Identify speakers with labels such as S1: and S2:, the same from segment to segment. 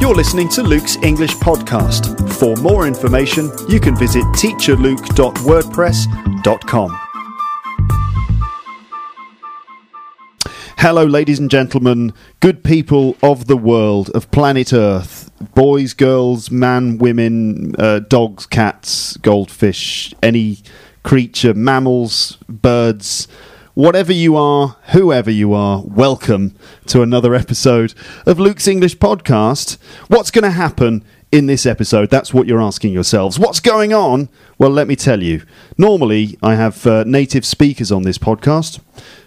S1: You're listening to Luke's English podcast. For more information, you can visit teacherluke.wordpress.com. Hello, ladies and gentlemen, good people of the world, of planet Earth. Boys, girls, man, women, uh, dogs, cats, goldfish, any creature, mammals, birds, whatever you are, whoever you are, welcome to another episode of Luke's English Podcast. What's going to happen in this episode? That's what you're asking yourselves. What's going on? Well, let me tell you. Normally, I have uh, native speakers on this podcast.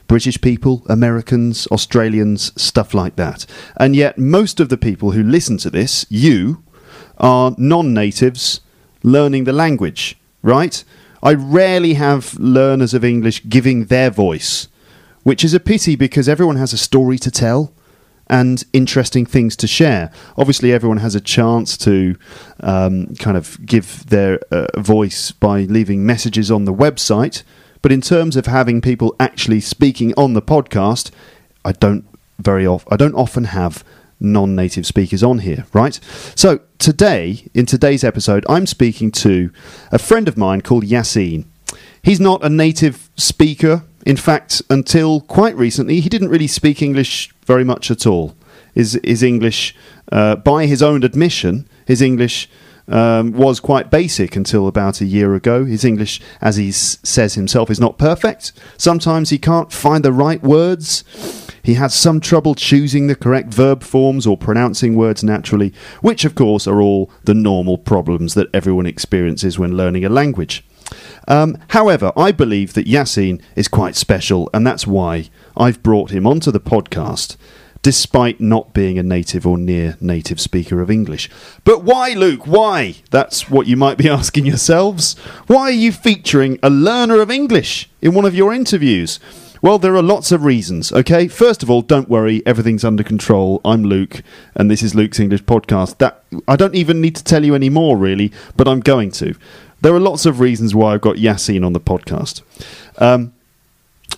S1: British people, Americans, Australians, stuff like that. And yet, most of the people who listen to this, you, are non natives learning the language, right? I rarely have learners of English giving their voice, which is a pity because everyone has a story to tell and interesting things to share. Obviously, everyone has a chance to um, kind of give their uh, voice by leaving messages on the website. But in terms of having people actually speaking on the podcast, I don't very of- I don't often have non-native speakers on here, right? So today, in today's episode, I'm speaking to a friend of mine called Yassine. He's not a native speaker. In fact, until quite recently, he didn't really speak English very much at all. His, his English, uh, by his own admission, his English um, was quite basic until about a year ago. His English, as he s- says himself, is not perfect. Sometimes he can't find the right words. He has some trouble choosing the correct verb forms or pronouncing words naturally, which, of course, are all the normal problems that everyone experiences when learning a language. Um, however, I believe that Yassine is quite special, and that's why I've brought him onto the podcast, despite not being a native or near native speaker of English. But why, Luke? Why? That's what you might be asking yourselves. Why are you featuring a learner of English in one of your interviews? Well, there are lots of reasons, okay? First of all, don't worry, everything's under control. I'm Luke, and this is Luke's English podcast. That I don't even need to tell you any more, really, but I'm going to. There are lots of reasons why I've got Yassine on the podcast. Um,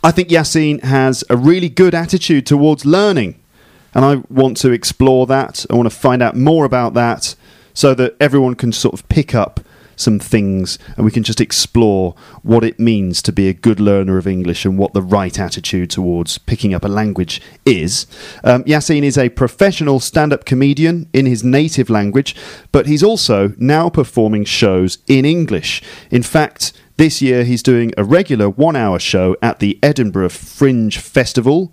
S1: I think Yassine has a really good attitude towards learning, and I want to explore that. I want to find out more about that so that everyone can sort of pick up some things and we can just explore what it means to be a good learner of English and what the right attitude towards picking up a language is. Um, Yassine is a professional stand up comedian in his native language, but he's also now performing shows in English. In fact, this year he's doing a regular one hour show at the Edinburgh Fringe Festival.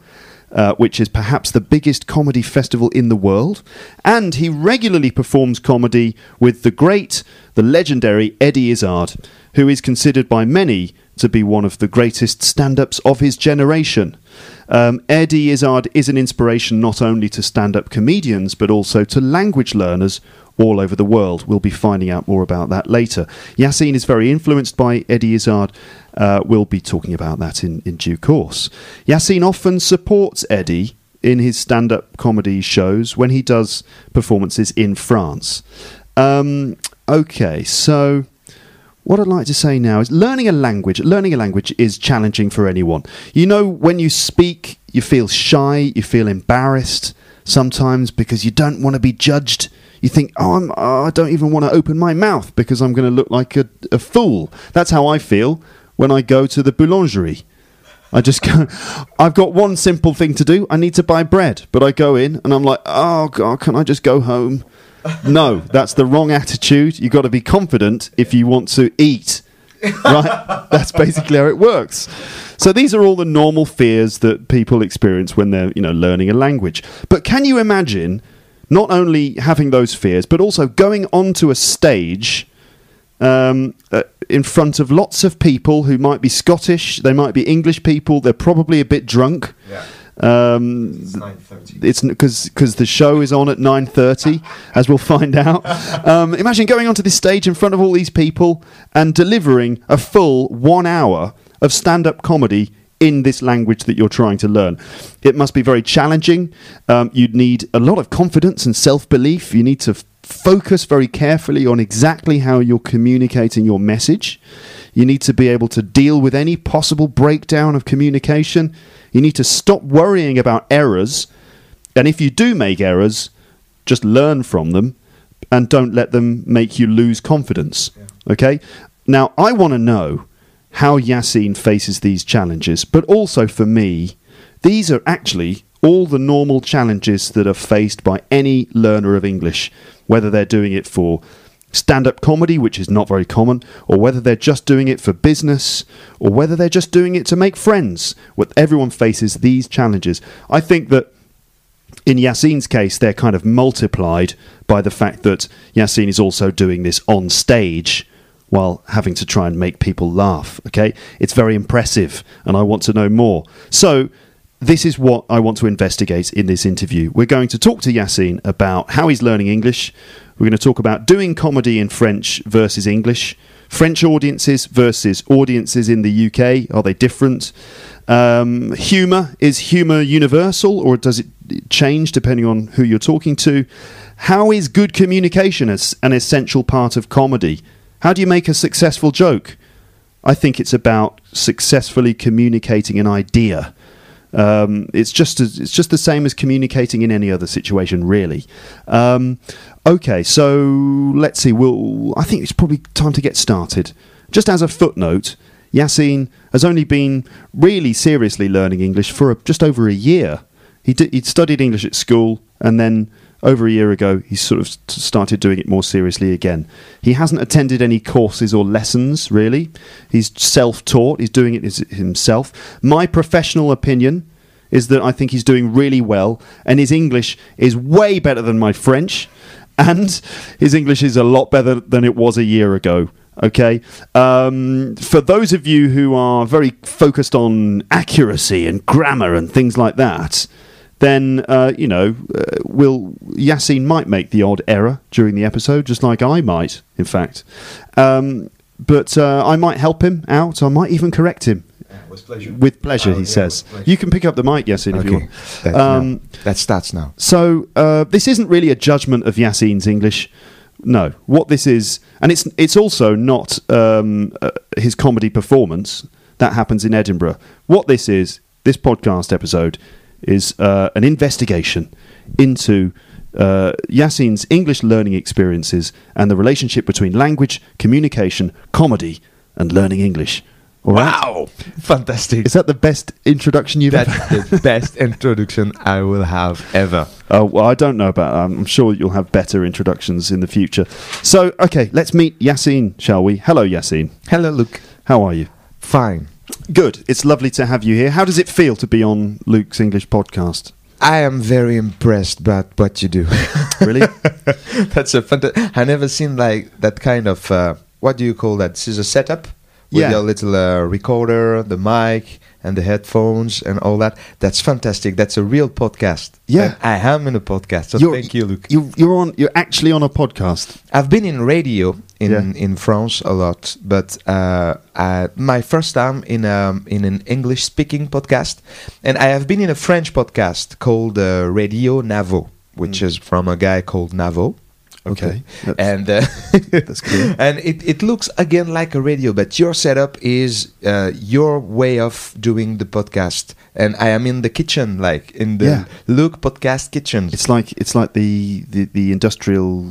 S1: Uh, which is perhaps the biggest comedy festival in the world. And he regularly performs comedy with the great, the legendary Eddie Izzard, who is considered by many to be one of the greatest stand ups of his generation. Um, Eddie Izzard is an inspiration not only to stand up comedians, but also to language learners all over the world. We'll be finding out more about that later. Yassine is very influenced by Eddie Izzard. Uh, we'll be talking about that in, in due course. Yassine often supports Eddie in his stand up comedy shows when he does performances in France. Um, okay, so. What I'd like to say now is learning a language. Learning a language is challenging for anyone. You know, when you speak, you feel shy, you feel embarrassed sometimes because you don't want to be judged you think, oh, I'm, oh, I don't even want to open my mouth because I'm going to look like a, a fool. That's how I feel when I go to the boulangerie. I just go, I've got one simple thing to do. I need to buy bread. But I go in and I'm like, oh, God, can I just go home? no, that's the wrong attitude. You've got to be confident if you want to eat. right? That's basically how it works. So these are all the normal fears that people experience when they're, you know, learning a language. But can you imagine not only having those fears, but also going onto a stage um, uh, in front of lots of people who might be Scottish, they might be English people, they're probably a bit drunk.
S2: Yeah.
S1: Um,
S2: It's 9.30.
S1: it's because because the show is on at 9.30 as we'll find out um, imagine going onto this stage in front of all these people and delivering a full one hour of stand-up comedy in this language that you're trying to learn it must be very challenging um, you'd need a lot of confidence and self-belief you need to f- focus very carefully on exactly how you're communicating your message you need to be able to deal with any possible breakdown of communication you need to stop worrying about errors and if you do make errors, Just learn from them and don't let them make you lose confidence. Okay? Now, I want to know how Yassine faces these challenges, but also for me, these are actually all the normal challenges that are faced by any learner of English, whether they're doing it for stand up comedy, which is not very common, or whether they're just doing it for business, or whether they're just doing it to make friends. What everyone faces these challenges. I think that in Yassine's case, they're kind of multiplied by the fact that Yassine is also doing this on stage while having to try and make people laugh. Okay, it's very impressive, and I want to know more. So. This is what I want to investigate in this interview. We're going to talk to Yassine about how he's learning English. We're going to talk about doing comedy in French versus English, French audiences versus audiences in the UK. Are they different? Um, humor is humor universal, or does it change depending on who you're talking to? How is good communication as an essential part of comedy? How do you make a successful joke? I think it's about successfully communicating an idea. Um, it's just as, it's just the same as communicating in any other situation, really. Um, okay, so let's see. We'll, I think it's probably time to get started. Just as a footnote, Yassine has only been really seriously learning English for a, just over a year. He did, he'd studied English at school, and then over a year ago, he sort of s- started doing it more seriously again. He hasn't attended any courses or lessons, really. He's self taught, he's doing it his- himself. My professional opinion is that I think he's doing really well, and his English is way better than my French, and his English is a lot better than it was a year ago. Okay. Um, for those of you who are very focused on accuracy and grammar and things like that, then uh, you know, uh, will Yassine might make the odd error during the episode, just like I might, in fact. Um, but uh, I might help him out. I might even correct him
S2: With pleasure.
S1: with pleasure.
S2: Oh,
S1: he
S2: yeah,
S1: says,
S2: with pleasure.
S1: "You can pick up the mic, Yassine, if you
S3: Okay,
S1: want."
S3: that,
S1: Um,
S3: now- that starts now.
S1: So uh, this isn't really a judgment of Yassine's English. No, what this is, and it's it's also not um, uh, his comedy performance that happens in Edinburgh. What this is, this podcast episode is uh, an investigation into uh, Yassine's English learning experiences and the relationship between language, communication, comedy, and learning English. All right,
S3: Wow, fantastic!
S1: is that the best introduction you've
S3: That's
S1: ever?
S3: the best introduction I will have ever.
S1: Oh, well, I don't know about that. I'm sure you'll have better introductions in the future. So, okay, let's meet Yassine, shall we? Hello, Yassine.
S3: Hello, Luke.
S1: How are you?
S3: Fine.
S1: Good. It's lovely to have you here. How does it feel to be on Luke's English podcast?
S3: I am very impressed by what you do.
S1: Really?
S3: That's a fantastic. I never seen like that kind of uh, what do you call that? This is a setup with
S1: Yeah.
S3: your little uh, recorder, the mic, and the headphones, and all that. That's fantastic. That's a real podcast.
S1: Yeah.
S3: And I am in a podcast. So thank you, Luke.
S1: You, you're on. You're actually on a podcast.
S3: I've been in radio in
S1: Yeah.
S3: in France a lot, but uh, I, my first time in um, in an English speaking podcast, and I have been in a French podcast called uh, Radio Navo, which is from a guy called Navo.
S1: Hmm. Okay. That's-
S3: and uh,
S1: that's cool.
S3: And it, it looks again like a radio, but your setup is uh, your way of doing the podcast. And I am in the kitchen, like in the
S1: Yeah.
S3: Luke podcast kitchen.
S1: It's like it's like the the, the industrial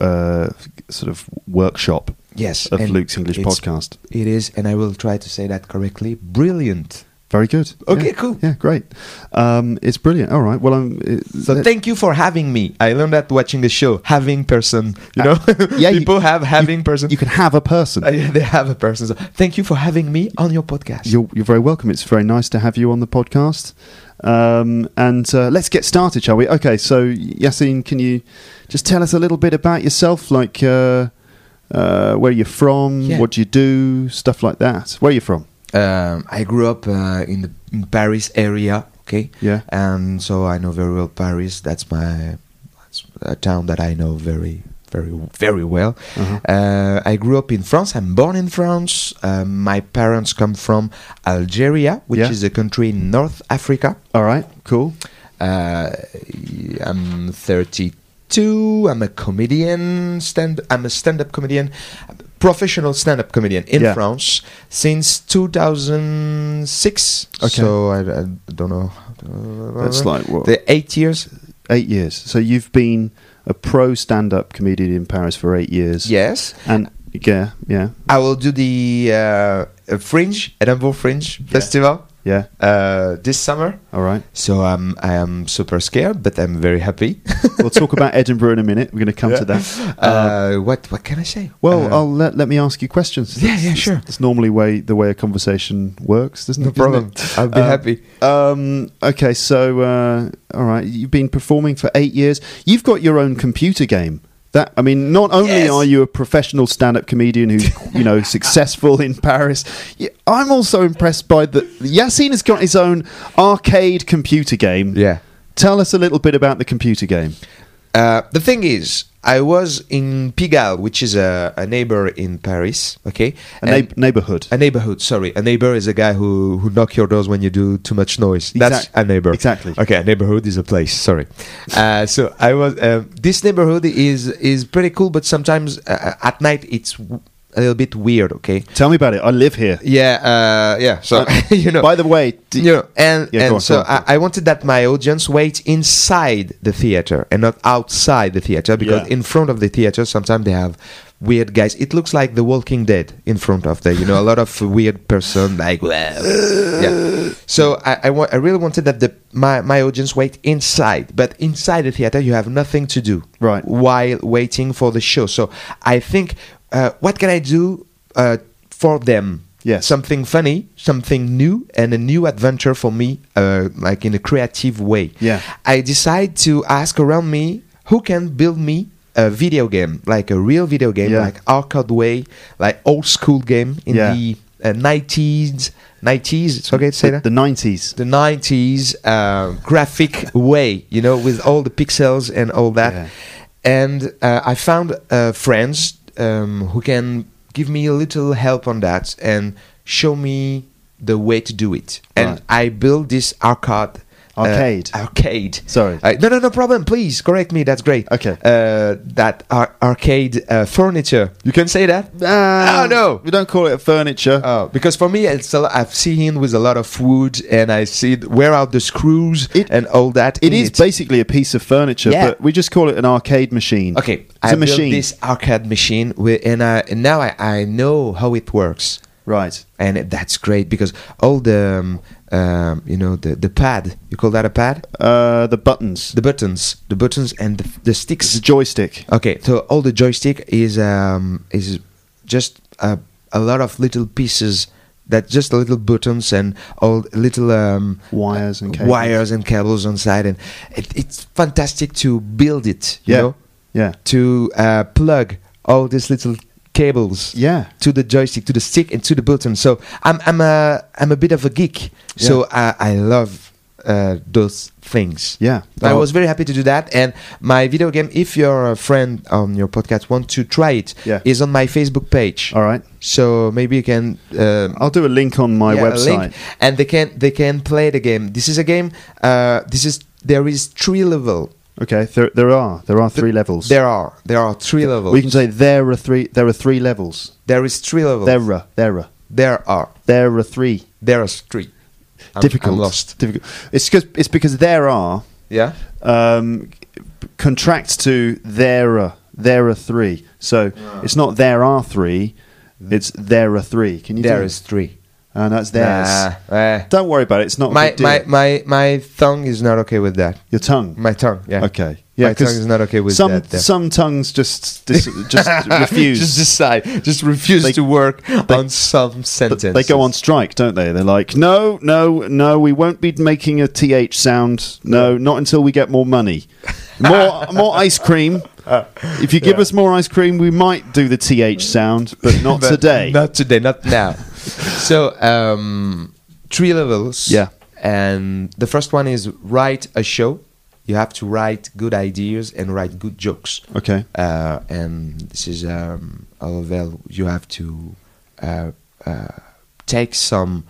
S1: uh, sort of workshop
S3: yes,
S1: of
S3: and
S1: Luke's English
S3: it's
S1: podcast.
S3: It is, and I will try to say that correctly. Brilliant.
S1: Very good.
S3: Okay,
S1: Yeah.
S3: cool.
S1: Yeah, great. Um, it's brilliant. All right. Well, I'm. It,
S3: So thank you for having me. I learned that watching the show, having person. You know,
S1: Uh, yeah, you-
S3: people have having person.
S1: you can have a person.
S3: Uh, yeah, they have a person. So thank you for having me on your podcast.
S1: You're, you're very welcome. It's very nice to have you on the podcast. Um, and uh, let's get started, shall we? Okay, so Yassine, can you just tell us a little bit about yourself, like uh, uh, where you're from,
S3: Yeah.
S1: what do you do, stuff like that? Where are you from?
S3: um, I grew up uh, in the in Paris area. Okay,
S1: Yeah,
S3: and so I know very well Paris. That's my that's a town that I know very, very, very well.
S1: Uh-huh.
S3: Uh, I grew up in France. I'm born in France. Um, my parents come from Algeria, which
S1: Yeah.
S3: is a country in North Africa.
S1: all right, cool.
S3: Uh, I'm 32. I'm a comedian. Stand. I'm a stand-up comedian, professional stand-up comedian in
S1: Yeah.
S3: France since 2006.
S1: Okay.
S3: So I, I don't know.
S1: That's like what
S3: the eight years.
S1: eight years. So you've been a pro stand-up comedian in Paris for eight years.
S3: Yes.
S1: and yeah, yeah,
S3: I will do the uh, Fringe, Edinburgh Fringe Festival
S1: yeah.
S3: uh, this summer.
S1: All right.
S3: So um, I am super scared, but I'm very happy.
S1: We'll talk about Edinburgh in a minute. We're going to come to that.
S3: Uh, what what can I say?
S1: Well,
S3: Uh,
S1: I'll let, let me ask you questions.
S3: Yeah, yeah,
S1: That's-
S3: sure.
S1: That's normally way the way a conversation works, doesn't
S3: no
S1: it? isn't
S3: problem.
S1: it?
S3: I'll be
S1: Uh,
S3: happy.
S1: Um, okay, so uh, all right, you've been performing for eight years. You've got your own computer game. That I mean, not only
S3: Yes.
S1: are you a professional stand-up comedian who's you know successful in Paris, y- I'm also impressed by the Yassine has got his own arcade computer game.
S3: Yeah.
S1: Tell us a little bit about the computer game.
S3: Uh, the thing is, I was in Pigalle, which is a, a neighbor in Paris. Okay,
S1: A
S3: And-
S1: neigh neighborhood.
S3: a neighborhood. Sorry, a neighbor is a guy who who knock your doors when you do too much noise. That's
S1: Exact-
S3: a neighbor.
S1: exactly.
S3: Okay, a neighborhood is a place. Sorry. Uh, so I was. Um, this neighborhood is is pretty cool, but sometimes uh, at night it's w- a little bit weird. Okay.
S1: Tell me about it. I live here.
S3: Yeah. Uh, yeah. So you know.
S1: By the way, d-
S3: you know, and,
S1: Yeah, go
S3: and
S1: on,
S3: so
S1: go on.
S3: I, I wanted that my audience wait inside the theater and not outside the theater because
S1: Yeah.
S3: in front of the theater sometimes they have weird guys. It looks like The Walking Dead in front of there. You know, a lot of weird person like yeah. So I I, wa- I really wanted that the my my audience wait inside, but inside the theater you have nothing to do
S1: Right.
S3: while waiting for the show. So I think uh, what can I do uh, for them?
S1: Yes.
S3: something funny, something new, and a new adventure for me, uh, like in a creative way.
S1: Yeah.
S3: I decide to ask around me who can build me a video game, like a real video game,
S1: Yeah.
S3: like arcade way, like old school game in
S1: Yeah.
S3: the uh, 90s. 90s, it's okay to say
S1: the,
S3: that?
S1: the 90s.
S3: the 90s uh, graphic way, you know, with all the pixels and all that.
S1: Yeah.
S3: And uh, I found uh, friends um, who can give me a little help on that and show me the way to do it. And
S1: Right.
S3: I built this arcade. uh,
S1: Arcade.
S3: arcade.
S1: Sorry.
S3: Uh, no, no, no problem. Please correct me. That's great.
S1: Okay.
S3: Uh, that ar- arcade uh, furniture. You can say that?
S1: Uh,
S3: Oh, no.
S1: We don't call it furniture.
S3: Oh, because for me, it's a lot, I've seen him with a lot of wood, and I see it- where are the screws
S1: It-
S3: and all that.
S1: It
S3: in
S1: is basically a piece of furniture,
S3: Yeah.
S1: but we just call it an arcade machine.
S3: okay.
S1: it's
S3: I
S1: a machine,
S3: built this arcade machine, with, and, I, and now I, I know how it works,
S1: right?
S3: and that's great because all the um, um, you know the the pad you call that a pad,
S1: Uh, the buttons,
S3: the buttons, the buttons and the, the sticks.
S1: the joystick.
S3: Okay, so all the joystick is um, is just a, a lot of little pieces that just little buttons and all little um,
S1: Wires and cables.
S3: wires and cables on side, and it, it's fantastic to build it. You
S1: Yeah.
S3: know,
S1: Yeah,
S3: to uh, plug all these little cables
S1: yeah.
S3: to the joystick, to the stick, and to the button. So I'm I'm a I'm a bit of a geek. So I, I love uh, those things.
S1: Yeah.
S3: I
S1: Oh.
S3: was very happy to do that. And my video game, if your uh, friend on your podcast want to try it, is
S1: Yeah. Oh.
S3: on my Facebook page.
S1: All right,
S3: So maybe you can. Uh,
S1: I'll do a link on my
S3: yeah, a
S1: website.
S3: link, and they can they can play the game. This is a game. Uh, this is there is three level.
S1: Okay, there, there are there are three levels.
S3: There are there are three levels.
S1: we can say there are three. There are three levels.
S3: there is three levels.
S1: There are there are
S3: There are
S1: there are three.
S3: there are three. I'm-
S1: Difficult.
S3: I'm lost.
S1: Difficult. It's because it's because there are
S3: Yeah.
S1: um, contracts to there are there are three. So
S3: Ah.
S1: it's not there are three. It's there are three. Can you?
S3: There
S1: do
S3: is
S1: it?
S3: three.
S1: And that's theirs.
S3: Nah, eh.
S1: Don't worry about it. It's not a
S3: my
S1: big deal.
S3: my my my tongue is not okay with that.
S1: Oh, Your tongue.
S3: My tongue. Yeah.
S1: Okay. Yeah.
S3: my tongue
S1: 'cause
S3: is not okay with
S1: some
S3: that. yeah.
S1: some tongues just dis- just refuse.
S3: just decide. Just refuse
S1: They-
S3: to work on some
S1: But
S3: sentence.
S1: they go on strike, don't they? They're like, no, no, no, we won't be making a th sound. No, not until we get more money, more, more ice cream. If you give us more ice cream, we might do the th sound, but not
S3: But
S1: today.
S3: Not today. Not now. so um, three levels.
S1: Yeah.
S3: And the first one is write a show. You have to write good ideas and write good jokes.
S1: Okay.
S3: Uh, and this is um, a level you have to uh, uh, take some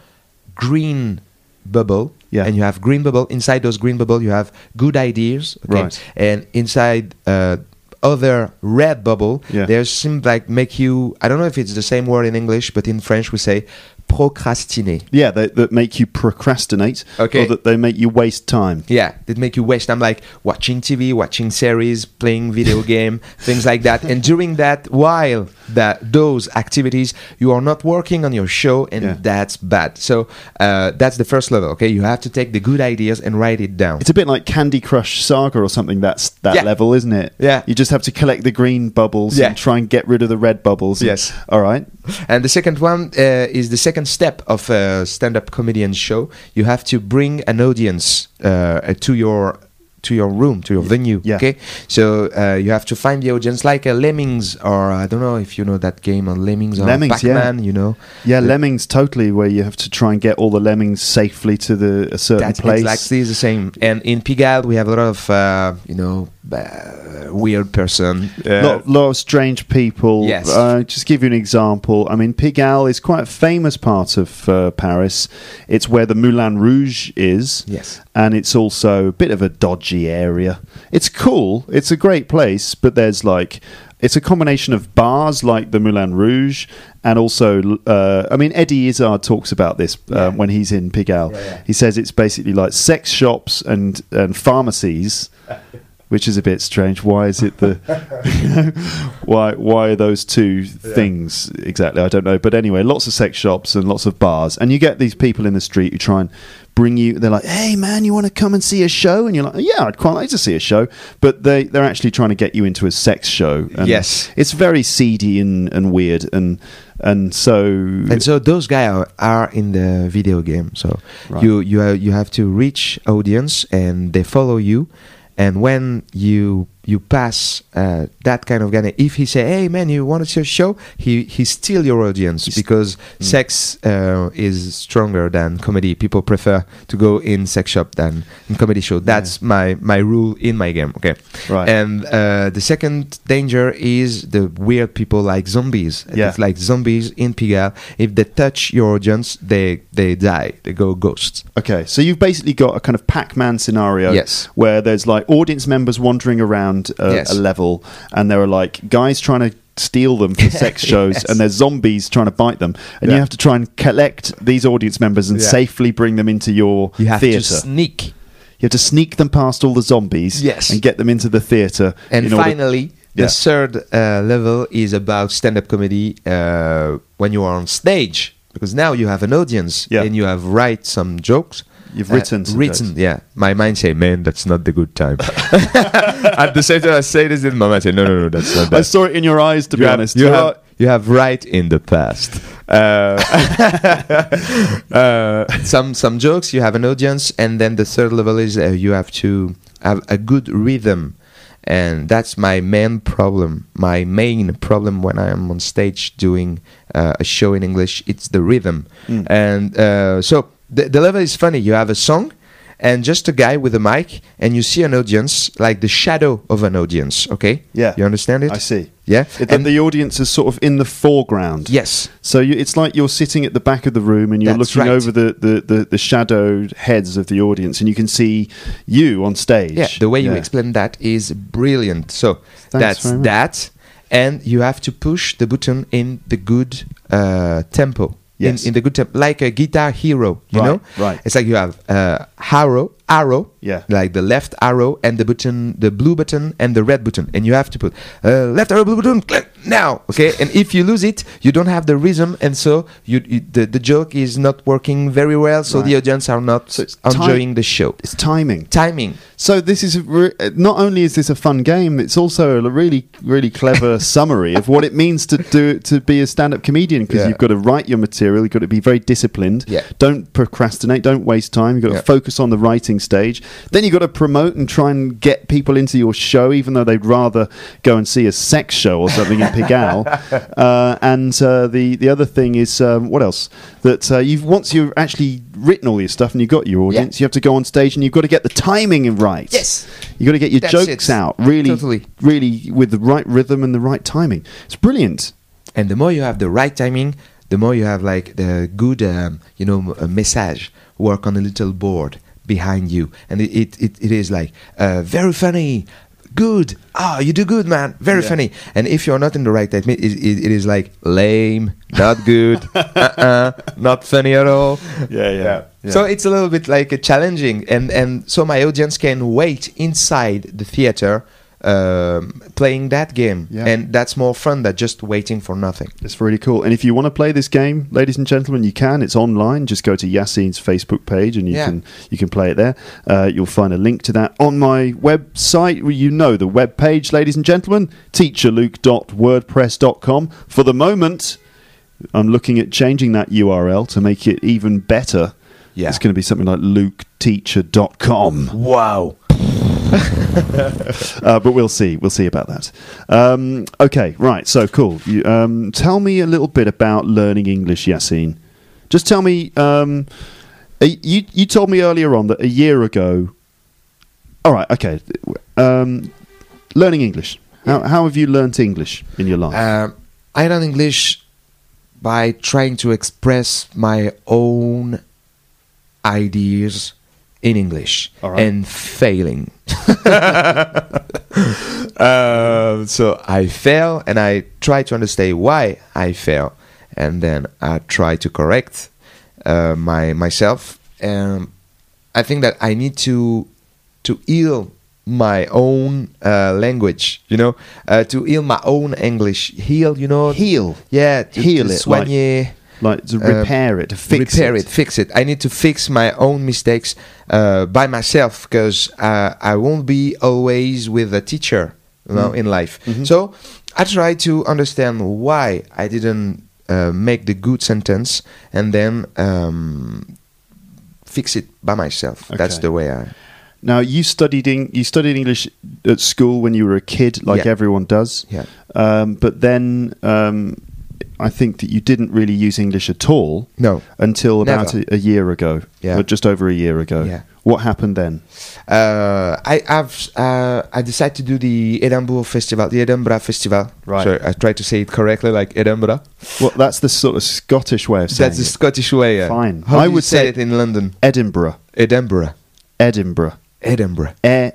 S3: green bubble.
S1: Yeah.
S3: And you have green bubble. Inside those green bubble, you have good ideas. Okay.
S1: Right.
S3: And inside uh, other red bubble,
S1: Yeah.
S3: there's some like make you. I don't know if it's the same word in English, but in French we say procrastiner.
S1: Yeah, they, that make you procrastinate,
S3: Okay.
S1: or that they make you waste time.
S3: Yeah, that make you waste. I'm like watching TV, watching series, playing video game, things like that. And during that, while that those activities, you are not working on your show, and
S1: Yeah.
S3: that's bad. So uh, that's the first level. Okay, you have to take the good ideas and write it down.
S1: It's a bit like Candy Crush Saga or something. That's that
S3: Yeah.
S1: level, isn't it?
S3: Yeah.
S1: You just have to collect the green bubbles
S3: Yeah.
S1: and try and get rid of the red bubbles. and-
S3: Yes.
S1: all right.
S3: And the second one uh, is the second step of a stand-up comedian show. You have to bring an audience uh, to your to your room, to your venue.
S1: Yeah.
S3: Okay, so uh, you have to find the audience like a Lemmings, or I don't know if you know that game on Lemmings or
S1: Lemmings, yeah.
S3: Pac-Man. You know,
S1: Yeah,
S3: The-
S1: lemmings totally, where you have to try and get all the lemmings safely to the a certain
S3: that's
S1: place.
S3: exactly the same. And in Pigalle, we have a lot of uh, you know uh, weird person. Uh,
S1: lot, lot of strange people.
S3: Yes.
S1: Uh, just give you an example. I mean, Pigalle is quite a famous part of uh, Paris. It's where the Moulin Rouge is.
S3: Yes.
S1: And it's also a bit of a dodgy area. It's cool. It's a great place, but there's like. It's a combination of bars like the Moulin Rouge and also, uh, I mean, Eddie Izzard talks about this uh, when he's in Pigalle. He says it's basically like sex shops and, and pharmacies which is a bit strange. Why is it the why why are those two things exactly? I don't know. But anyway, lots of sex shops and lots of bars, and you get these people in the street who try and bring you. They're like, "Hey man, you want to come and see a show?" And you're like, "Yeah, I'd quite like to see a show," but they they're actually trying to get you into a sex show. And
S3: Yes.
S1: it's very seedy and, and weird and and so
S3: and so those guys are, are in the video game so
S1: Right.
S3: you you have, you have to reach audience and they follow you and when you you pass uh, that kind of guy if he say hey man you want to see a show he he's still your audience
S1: He's- Hmm.
S3: because sex uh, is stronger than comedy people prefer to go in sex shop than in comedy show that's my my rule in my game okay
S1: Right.
S3: and uh, the second danger is the weird people like zombies
S1: Yeah.
S3: it's like zombies in Pigalle. If they touch your audience, they they die. They go ghosts.
S1: Okay, so you've basically got a kind of Pac-Man scenario,
S3: Yes.
S1: where there's like audience members wandering around a,
S3: Yes.
S1: a level, and there are like guys trying to steal them for sex shows,
S3: Yes.
S1: and there's zombies trying to bite them, and you
S3: Yeah.
S1: have to try and collect these audience members and
S3: Yeah.
S1: safely bring them into your
S3: You have
S1: theater.
S3: to sneak.
S1: you have to sneak them past all the zombies,
S3: Yes.
S1: and get them into the theater.
S3: And
S1: in order-
S3: finally,
S1: Yeah.
S3: the third uh, level is about stand-up comedy uh, when you are on stage because now you have an audience
S1: Yeah.
S3: and you have write some jokes. Uh,
S1: You've written some
S3: written,
S1: jokes.
S3: yeah. My mind say, "Man, that's not the good time." At the same time, I say this, and my mind say, "No, no, no, that's not."
S1: I
S3: That.
S1: saw it in your eyes, to be
S3: you have,
S1: honest. Uh,
S3: You
S1: You're
S3: have,
S1: like,
S3: you have right in the past. Uh, uh, some some jokes. You have an audience, and then the third level is uh, you have to have a good rhythm, and that's my main problem. My main problem when I am on stage doing uh, a show in English, it's the rhythm,
S1: Hmm.
S3: and uh, so the, the level is funny. You have a song and just a guy with a mic and you see an audience like the shadow of an audience okay
S1: Yeah.
S3: you understand it
S1: I see.
S3: yeah
S1: It- that the audience is sort of in the foreground.
S3: Yes.
S1: So you, it's like you're sitting at the back of the room and you're
S3: That's
S1: looking
S3: right.
S1: over the, the, the, the shadowed heads of the audience and you can see you on stage.
S3: Yeah. The way you
S1: Yeah.
S3: explain that is brilliant. So that's
S1: very much.
S3: that. And you have to push the button in the good uh, tempo.
S1: Yes.
S3: In, in the good tempo, like a guitar hero, you
S1: Right,
S3: know.
S1: right.
S3: It's like you have uh, arrow, arrow.
S1: Yeah.
S3: Like the left arrow and the button, the blue button and the red button, and you have to put uh, left arrow, blue button, click now. Okay. and if you lose it, you don't have the rhythm, and so you, you the, the joke is not working very well. So
S1: Right.
S3: the audience are not
S1: So it's time-
S3: enjoying the show.
S1: It's timing.
S3: Timing.
S1: So this is a re- not only is this a fun game, it's also a really, really clever summary of what it means to do to be a stand-up comedian because
S3: Yeah.
S1: you've got to write your material, you've got to be very disciplined.
S3: Yeah.
S1: Don't procrastinate, don't waste time. You've got to
S3: Yeah.
S1: focus on the writing stage. Then you've got to promote and try and get people into your show, even though they'd rather go and see a sex show or something in Pigalle. Uh, and uh, the the other thing is um, what else that uh, you've once you've actually written all your stuff and you've got your audience, you have to go on stage and you've got to get the timing right.
S3: Yes.
S1: You got to get your
S3: That's
S1: jokes
S3: it.
S1: out really,
S3: Totally.
S1: really with the right rhythm and the right timing. It's brilliant.
S3: and the more you have the right timing the more you have like the good um, you know m- uh, message work on a little board behind you and it it, it, it is like uh, very funny good. Ah, you do good, man. Very
S1: Yeah.
S3: funny. And if you're not in the right technique, it, it, it is like lame, not good, uh-uh, not funny at all.
S1: Yeah, yeah, yeah.
S3: So it's a little bit like a challenging, and and so my audience can wait inside the theater um, playing that game,
S1: Yeah.
S3: and that's more fun than just waiting for nothing.
S1: It's really cool. And if you want to play this game, ladies and gentlemen, you can. It's online. Just go to Yassine's Facebook page and you
S3: Yeah.
S1: can you can play it there. Uh, you'll find a link to that on my website. Well, You know the web page, ladies and gentlemen, teacherluke.wordpress.com. For the moment, I'm looking at changing that URL to make it even better.
S3: Yeah.
S1: It's going to be something like luketeacher.com.
S3: Wow.
S1: uh, but we'll see. We'll see about that. Um, okay, right. So cool. You, um, tell me a little bit about learning English, Yassine. Just tell me. Um, uh, you you told me earlier on that a year ago. All right. Okay. Um, learning English. How, how have you learnt English in your life?
S3: Um, I learn English by trying to express my own ideas in English
S1: All right.
S3: and failing. Uh, so I fail and I try to understand why I fail, and then I try to correct uh, my myself. And I think that I need to to heal my own uh, language, you know, uh, to heal my own English. Heal, you know,
S1: Heal.
S3: yeah, to,
S1: Heal
S3: to
S1: it, like-
S3: soigner
S1: like to
S3: uh,
S1: repair it, to fix
S3: repair it. fix it. I need to fix my own mistakes uh, by myself because uh, I won't be always with a teacher you know,
S1: Mm-hmm.
S3: in life. So I try to understand why I didn't uh, make the good sentence and then um, fix it by myself. That's
S1: Okay.
S3: the way I.
S1: Now you studied Eng- you studied English at school when you were a kid, like
S3: Yeah.
S1: everyone does.
S3: Yeah.
S1: Um, but then um, I think that you didn't really use English at all
S3: No.
S1: until about a, a year ago,
S3: Yeah.
S1: or just over a year ago.
S3: Yeah.
S1: What happened then?
S3: uh, I have uh, I decided to do the Edinburgh Festival, the Edinburgh Festival.
S1: Right.
S3: So I try to say it correctly, like Edinburgh.
S1: Well, that's the sort of Scottish way of saying
S3: That's the
S1: it.
S3: Scottish way. yeah.
S1: Fine.
S3: How
S1: I
S3: do you
S1: would say-
S3: say it in London.
S1: Edinburgh,
S3: Edinburgh.
S1: Edinburgh,
S3: Edinburgh.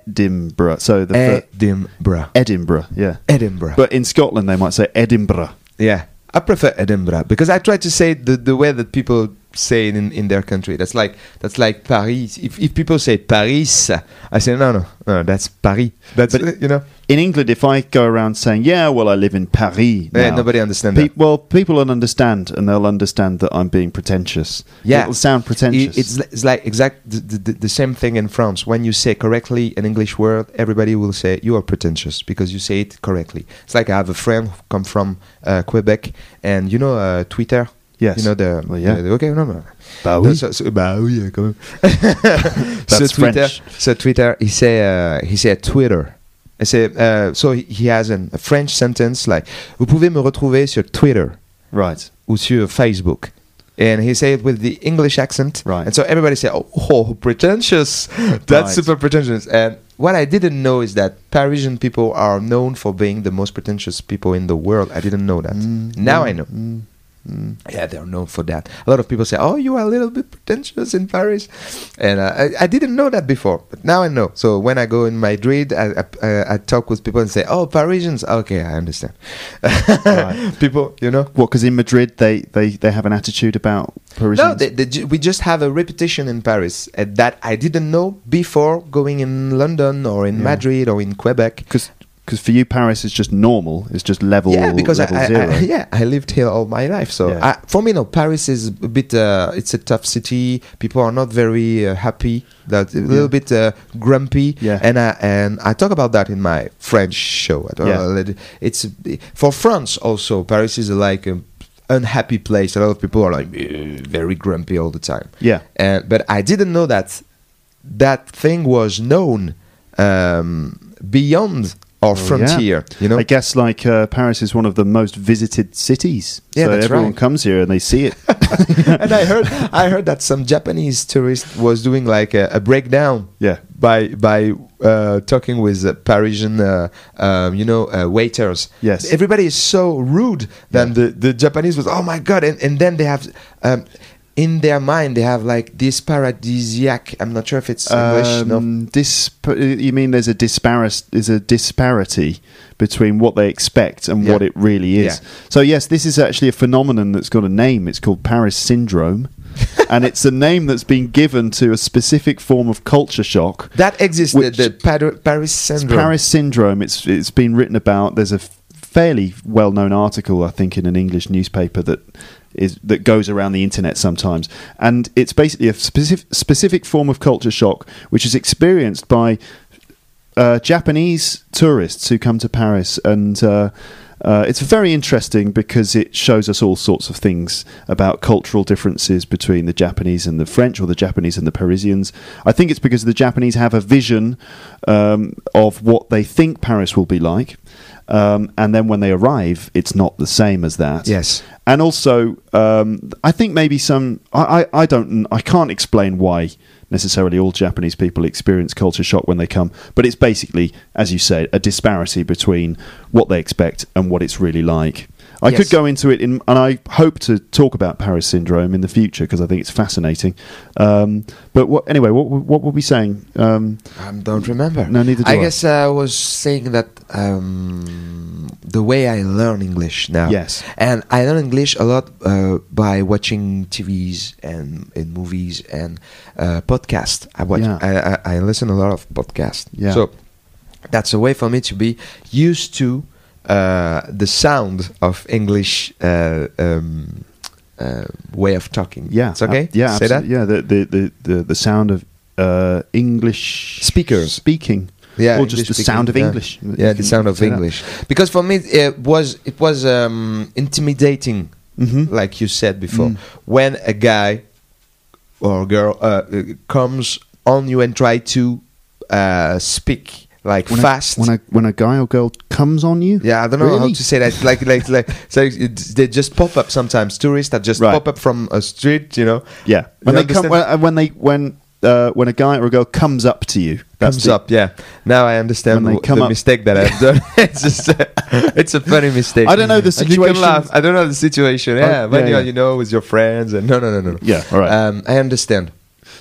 S1: Edinburgh. So the fir-
S3: Edinburgh.
S1: Edinburgh, yeah.
S3: E- Edinburgh.
S1: But in Scotland, they might say Edinburgh.
S3: yeah, I prefer Edinburgh because I try to say it the, the way that people say it in, in their country. That's like that's like Paris. If, if people say Paris, I say no, no, no. That's Paris. That's
S1: But-
S3: you know.
S1: In England, if I go around saying, "Yeah, well, I live in Paris,"
S3: Yeah,
S1: now,"
S3: Eh, nobody understands
S1: Pe- well, people will understand, and they'll understand that I'm being pretentious.
S3: Yeah.
S1: it'll sound
S3: that.
S1: pretentious.
S3: It- it's, li- it's like exact the, the, the- the same thing in France. When you say correctly an English word, everybody will say you are pretentious because you say it correctly. It's like I have a friend who come from uh, Quebec, and you know uh, Twitter.
S1: yes,
S3: You know the,
S1: Well, yeah.
S3: the- okay, no, no.
S1: Bah
S3: Non,
S1: oui.
S3: ça- ça- bah oui, euh, quand même. so
S1: That's
S3: Twitter,
S1: French.
S3: so Twitter, he say, uh, he said Twitter. I say, uh, so he- he has an, a French sentence like, vous pouvez me retrouver sur Twitter
S1: right.
S3: ou sur Facebook. And he say it with the English accent.
S1: Right.
S3: And so everybody say, oh, oh, pretentious. That's
S1: Right.
S3: super pretentious. And what I didn't know is that Parisian people are known for being the most pretentious people in the world. I didn't know that.
S1: Mm,
S3: now I know. Yeah, they're known for that. A lot of people say, "Oh, you are a little bit pretentious in Paris," and uh, I, I didn't know that before, but now I know. So when I go in Madrid, I, I- I, I talk with people and say, "Oh, Parisians." Okay, I understand.
S1: Right.
S3: people, you know.
S1: What? Because in Madrid, they, they, they have an attitude about Parisians.
S3: No, they, they, ju- we just have a repetition in Paris uh, that I didn't know before going in London or in
S1: Yeah.
S3: Madrid or in Quebec.
S1: because for you, Paris is just normal. It's just level.
S3: yeah, because I,
S1: level
S3: I,
S1: zero.
S3: I- yeah, I lived here all my life. So
S1: Yeah.
S3: I, for me, no, Paris is a bit. Uh, it's a tough city. People are not very uh, happy. That a little bit uh, grumpy.
S1: Yeah.
S3: and I and I talk about that in my French show. I don't
S1: Yeah.
S3: know, let- it's for France also. Paris is like an unhappy place. A lot of people are like "Eh," very grumpy all the time.
S1: Yeah.
S3: And- but I didn't know that that thing was known um, beyond our
S1: Oh, Yeah.
S3: frontier. You know.
S1: I guess like uh, Paris is one of the most visited cities.
S3: Yeah,
S1: so
S3: that's
S1: everyone
S3: right.
S1: comes here and they see it.
S3: and I heard I heard that some Japanese tourist was doing like a, a breakdown.
S1: Yeah.
S3: By by uh, talking with uh, Parisian, uh, um, you know, uh, waiters.
S1: Yes.
S3: Everybody is so rude. Then the the Japanese was oh my god, and, and then they have. Um, in their mind they have like this paradisiac. I'm not sure if it's English. no.
S1: Um, disp- you mean there's a disparis- is a disparity between what they expect and
S3: Yeah.
S1: what it really is.
S3: Yeah.
S1: So yes, this is actually a phenomenon that's got a name. It's called Paris syndrome, and it's a name that's been given to a specific form of culture shock.
S3: That exists.
S1: Which-
S3: the the Par- Paris
S1: It's
S3: syndrome.
S1: Paris syndrome. It's it's been written about. There's a f- fairly well-known article, I think, in an English newspaper that is that goes around the internet sometimes, and it's basically a specific specific form of culture shock which is experienced by uh, Japanese tourists who come to Paris, and uh, uh, it's very interesting because it shows us all sorts of things about cultural differences between the Japanese and the French, or the Japanese and the Parisians. I think it's because the Japanese have a vision um, of what they think Paris will be like, um, and then when they arrive, it's not the same as that
S3: Yes.
S1: and also um, I think maybe some I, I, I don't I can't explain why necessarily all Japanese people experience culture shock when they come, but it's basically, as you said, a disparity between what they expect and what it's really like. I
S3: Yes.
S1: could go into it, in, and I hope to talk about Paris syndrome in the future because I think it's fascinating. Um, but what, anyway, what what were we saying? Um,
S3: I don't remember.
S1: No, neither do
S3: I
S1: I.
S3: guess I was saying that um, the way I learn English now.
S1: Yes.
S3: And I learn English a lot uh, by watching TVs and in movies and uh, podcasts. I watch.
S1: Yeah.
S3: I, I, I listen a lot of podcasts.
S1: Yeah.
S3: So that's a way for me to be used to uh, the sound of English uh, um, uh, way of talking.
S1: yeah,
S3: It's okay.
S1: ab- yeah,
S3: Say that.
S1: absolutely. Yeah, the the, the, the the sound of uh, English
S3: Speakers.
S1: speaking.
S3: yeah,
S1: or just the
S3: English-speaking,
S1: sound of
S3: yeah.
S1: English. You
S3: Yeah, the
S1: can
S3: sound of
S1: say that.
S3: English. Because for me, it was it was um, intimidating,
S1: Mhm.
S3: like you said before,
S1: Mm.
S3: when a guy or a girl uh, uh, comes on you and try to uh, speak like
S1: when
S3: fast.
S1: A, when a when a guy or girl comes on you.
S3: yeah, I don't know how
S1: Really?
S3: to say that. Like, like, like. So it, they just pop up sometimes. Tourists that just
S1: Right.
S3: pop up from a street, you know.
S1: Yeah. When
S3: You
S1: they come,
S3: understand?
S1: when, uh, when they when uh, when a guy or a girl comes up to you. that's
S3: comes
S1: the-
S3: up. Yeah. Now I understand
S1: When they
S3: wh-
S1: come
S3: the
S1: up-
S3: mistake that I've done. it's just, uh, it's a funny mistake.
S1: I don't know the
S3: And you can
S1: situation. Oh,
S3: laugh. I don't know the situation. Yeah, when
S1: yeah,
S3: you're,
S1: yeah.
S3: you know, with your friends and no, no, no, no. no.
S1: Yeah, all right.
S3: Um, I understand.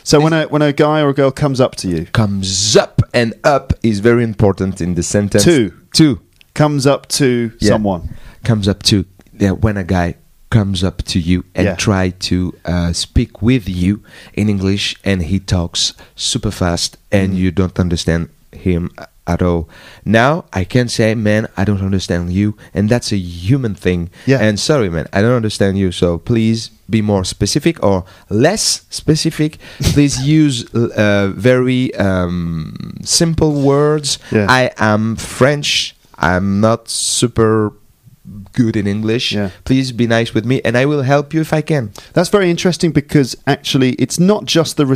S1: so when a when a guy or a girl comes up to you,
S3: Comes up and up is very important in the sentence.
S1: Two.
S3: two
S1: comes up to
S3: Yeah.
S1: someone.
S3: comes up to. Yeah, when a guy comes up to you and
S1: Yeah.
S3: try to uh, speak with you in English, and he talks super fast,
S1: Mm.
S3: and you don't understand him a- at all. Now I can say, man, I don't understand you, and that's a human thing.
S1: Yeah.
S3: And sorry, man, I don't understand you. So please be more specific or less specific. please use l- uh, very um, simple words.
S1: Yeah.
S3: I am French. I'm not super good in English.
S1: Yeah.
S3: Please be nice with me, and I will help you if I can.
S1: That's very interesting because actually it's not just the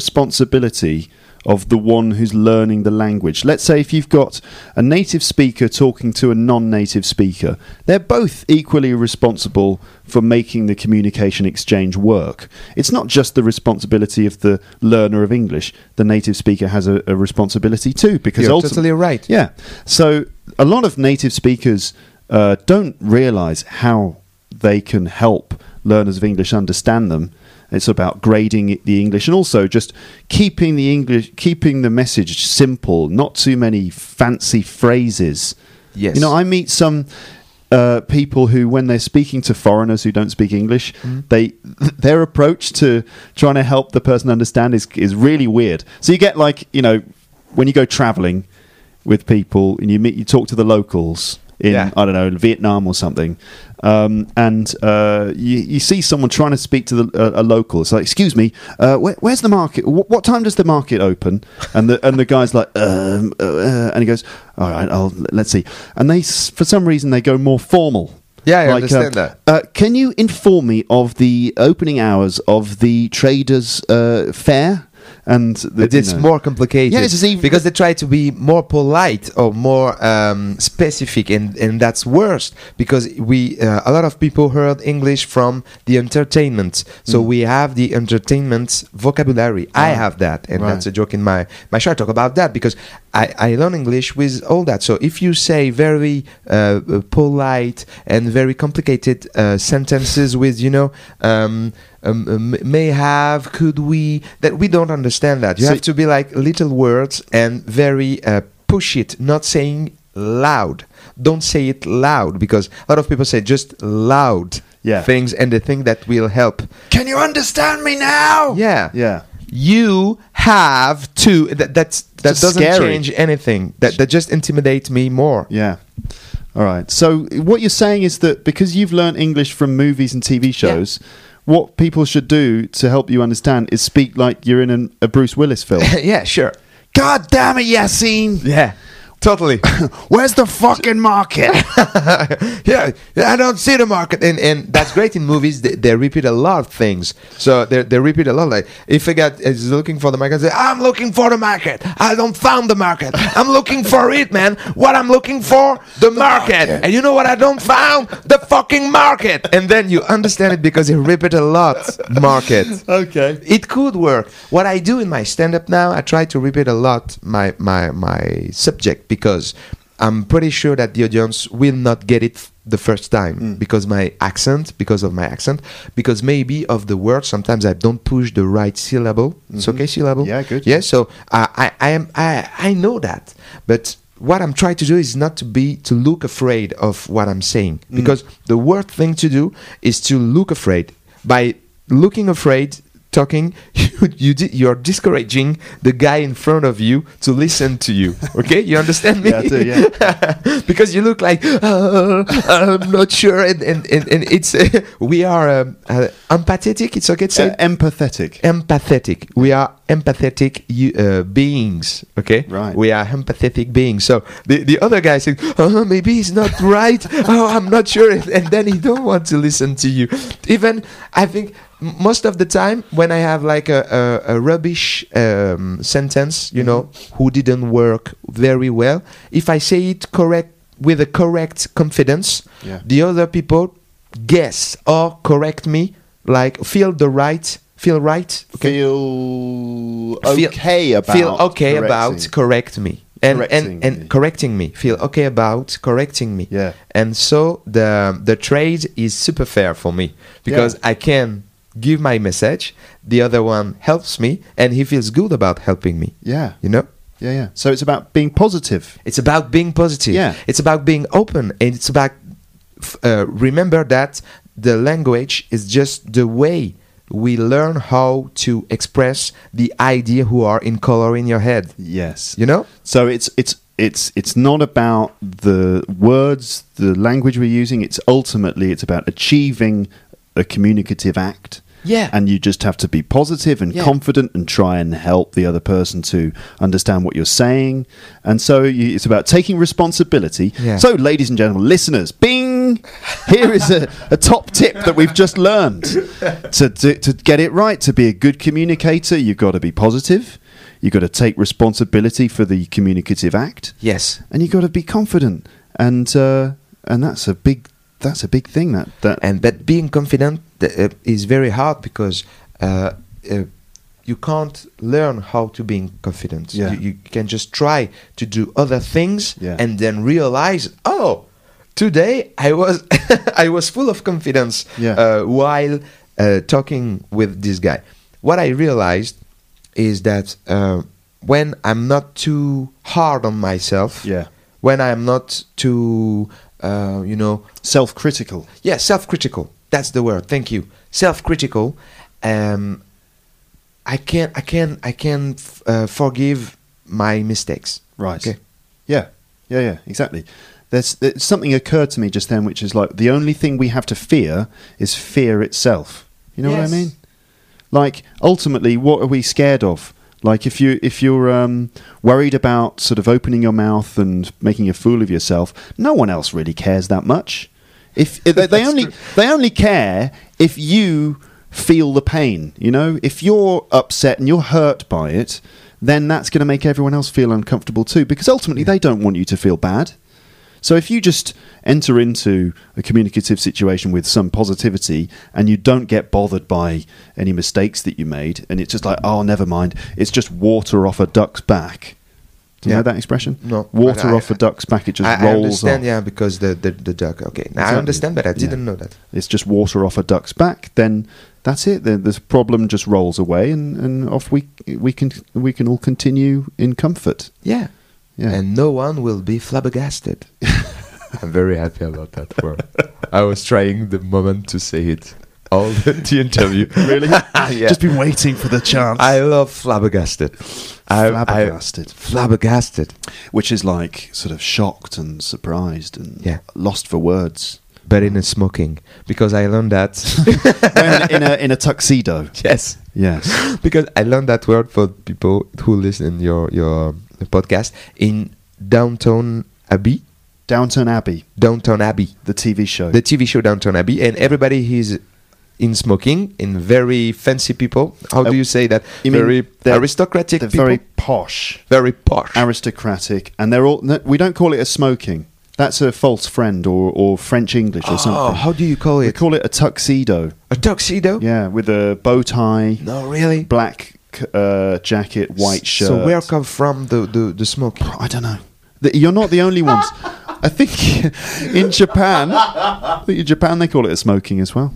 S1: responsibility of the one who's learning the language. Let's say if you've got a native speaker talking to a non native speaker, they're both equally responsible for making the communication exchange work. It's not just the responsibility of the learner of English, the native speaker has a, a responsibility too, because
S3: You're
S1: ultimately.
S3: totally right.
S1: Yeah. So a lot of native speakers uh, don't realize how they can help learners of English understand them. It's about grading the English and also just keeping the English, keeping the message simple, not too many fancy phrases.
S3: Yes.
S1: You know, I meet some uh, people who, when they're speaking to foreigners who don't speak English, they their approach to trying to help the person understand is is really weird. So you get like you know when you go traveling with people and you meet you talk to the locals in
S3: Yeah.
S1: I don't know Vietnam or something, um, and uh, you you see someone trying to speak to the, a, a local. It's like, excuse me, uh, where, where's the market? What, what time does the market open? And the and the guy's like, um, uh, uh," and he goes, all right, I'll let's see. And they s- for some reason they go more formal.
S3: Yeah, I
S1: Like,
S3: understand
S1: uh,
S3: that.
S1: Uh, can you inform me of the opening hours of the traders' uh, fair? And the,
S3: But it's
S1: you know.
S3: more complicated.
S1: Yeah, it's even-
S3: because they try to be more polite or more um, specific, and, and that's worse because we uh, a lot of people heard English from the entertainment. So
S1: Mm.
S3: we have the entertainment vocabulary. I have that,
S1: Ah.
S3: and
S1: Right.
S3: that's a joke in my my show. I talk about that because I I learn English with all that. So if you say very uh, polite and very complicated uh, sentences with you know. Um, um, um, may have, could we, that we don't understand that. You
S1: So-
S3: have to be like little words and very uh, push it, not saying loud. Don't say it loud because a lot of people say just loud
S1: Yeah.
S3: things and the thing that will help.
S1: Can you understand me now?
S3: Yeah.
S1: Yeah.
S3: You have to. That, that's, that
S1: Just
S3: doesn't
S1: scary.
S3: change anything. That, that just intimidates me more.
S1: Yeah. All right. So what you're saying is that because you've learned English from movies and TV shows, what people should do to help you understand is speak like you're in an, a Bruce Willis film.
S3: yeah, sure.
S1: God damn it, Yassine!
S3: Yeah. Totally.
S1: Where's the fucking market?
S3: yeah, I don't see the market, and and that's great in movies. They, they repeat a lot of things, so they they repeat a lot. Like if a guy is looking for the market, say, "I'm looking for the market. I don't found the market. I'm looking for it, man. What I'm looking for, the market. And you know what I don't found? The fucking market. And then you understand it because you repeat a lot. Market.
S1: okay.
S3: It could work. What I do in my stand up now, I try to repeat a lot my, my, my subject because I'm pretty sure that the audience will not get it f- the first time
S1: Mm.
S3: because my accent, because of my accent, because maybe of the word, sometimes I don't push the right syllable. It's okay, syllable?
S1: Mm-hmm. Yeah, good.
S3: Yeah, so uh, I, I, am, I, I know that. But what I'm trying to do is not to be to look afraid of what I'm saying
S1: Mm.
S3: because the worst thing to do is to look afraid. By looking afraid, talking, you, you di- you're discouraging the guy in front of you to listen to you. Okay, you understand me?
S1: Yeah, I do,
S3: yeah. because you look like "Uh, I'm not sure, and and, and, and it's we are um, uh, empathetic. It's okay to say
S1: Uh, empathetic.
S3: empathetic. We are empathetic you- uh, beings. Okay,
S1: Right.
S3: We are empathetic beings. So the, the other guy said, "Oh, maybe he's not right. oh, I'm not sure," and then he don't want to listen to you. Even I think m- most of the time when I have like a, a, a rubbish um, sentence, you know, who didn't work very well. If I say it correct with a correct confidence,
S1: Yeah.
S3: the other people guess or correct me like feel the right feel right
S1: Feel
S3: Feel-
S1: okay about.
S3: feel okay about
S1: correcting.
S3: correct me and
S1: Correcting
S3: and, and
S1: me.
S3: correcting me feel okay about correcting me
S1: Yeah.
S3: and so the the trade is super fair for me because i can give my message the other one helps me and he feels good about helping me
S1: Yeah.
S3: you know
S1: Yeah, yeah. So it's about being positive.
S3: It's about being positive.
S1: Yeah.
S3: It's about being open, and it's about f- uh, remember that the language is just the way we learn how to express the idea who are in color in your head.
S1: Yes.
S3: You know?
S1: So it's it's it's it's not about the words, the language we're using. It's ultimately it's about achieving a communicative act.
S3: Yeah.
S1: And you just have to be positive and
S3: Yeah.
S1: confident and try and help the other person to understand what you're saying. And so you, it's about taking responsibility.
S3: Yeah.
S1: So, ladies and gentlemen, listeners, bing! Here is a, a top tip that we've just learned. To, to, to get it right, to be a good communicator, you've got to be positive, you've got to take responsibility for the communicative act,
S3: Yes.
S1: and you've got to be confident. And, uh, and that's a big. That's a big thing. That that
S3: And but being confident uh, is very hard because uh, uh, you can't learn how to be confident.
S1: Yeah.
S3: You, you can just try to do other things
S1: Yeah.
S3: and then realize, oh, today I was I was full of confidence
S1: Yeah.
S3: uh, while uh, talking with this guy. What I realized is that uh, when I'm not too hard on myself,
S1: Yeah.
S3: when I'm not too, uh, you know,
S1: self-critical.
S3: yeah, self-critical. That's the word. Thank you. Self-critical. Um, I can I can I can f- uh, forgive my mistakes.
S1: Right.
S3: Okay.
S1: Yeah. Yeah. Yeah. Exactly. There's, there's something occurred to me just then, which is like the only thing we have to fear is fear itself. You know
S3: Yes.
S1: what I mean? Like ultimately, what are we scared of? Like if you if you're um, worried about sort of opening your mouth and making a fool of yourself, no one else really cares that much. If they, they
S3: That's
S1: only
S3: true.
S1: they only care if you feel the pain, you know? If you're upset and you're hurt by it, then that's going to make everyone else feel uncomfortable too, because ultimately they don't want you to feel bad. So if you just enter into a communicative situation with some positivity and you don't get bothered by any mistakes that you made, and it's just like, oh, never mind, it's just water off a duck's back. Do you
S3: Yeah.
S1: know that expression?
S3: No.
S1: Water
S3: I- I-
S1: off a duck's back, it just
S3: I, I
S1: rolls
S3: understand.
S1: off.
S3: Yeah, because the the, the duck. Okay, now I
S1: Exactly.
S3: understand, but I
S1: Yeah.
S3: didn't know that.
S1: It's just water off a duck's back, then that's it. The, this problem just rolls away, and, and off we we can we can all continue in comfort.
S3: Yeah.
S1: Yeah.
S3: And no one will be flabbergasted. I'm very happy about that word. I was trying the moment to say it all the, the interview.
S1: really,
S3: Yeah.
S1: just been waiting for the chance.
S3: I love flabbergasted. I, I,
S1: flabbergasted,
S3: flabbergasted.
S1: which is like sort of shocked and surprised and
S3: Yeah.
S1: lost for words
S3: But in a smoking. Because I learned that.
S1: When in a in a tuxedo.
S3: yes.
S1: Yes,
S3: because I learned that word for people who listen your your podcast in Downtown Abbey,
S1: Downton Abbey,
S3: Downtown Abbey,
S1: the TV show.
S3: the TV show Downtown Abbey, and everybody is in smoking, in very fancy people. How
S1: Uh,
S3: do you say that?
S1: you mean
S3: very
S1: they're-
S3: aristocratic,
S1: They're
S3: people,
S1: very posh.
S3: very posh.
S1: aristocratic, and they're all. No, we don't call it a smoking. That's a false friend or, or French English or
S3: oh,
S1: something.
S3: how do you call
S1: we
S3: it?
S1: call it a tuxedo.
S3: A tuxedo?
S1: Yeah, with a bow tie,
S3: No, really.
S1: black c- uh, jacket, white
S3: S-
S1: shirt.
S3: So where come from the the, the smoking?
S1: I don't know. The- You're not the only ones. I think in Japan, I think in Japan they call it a smoking as well.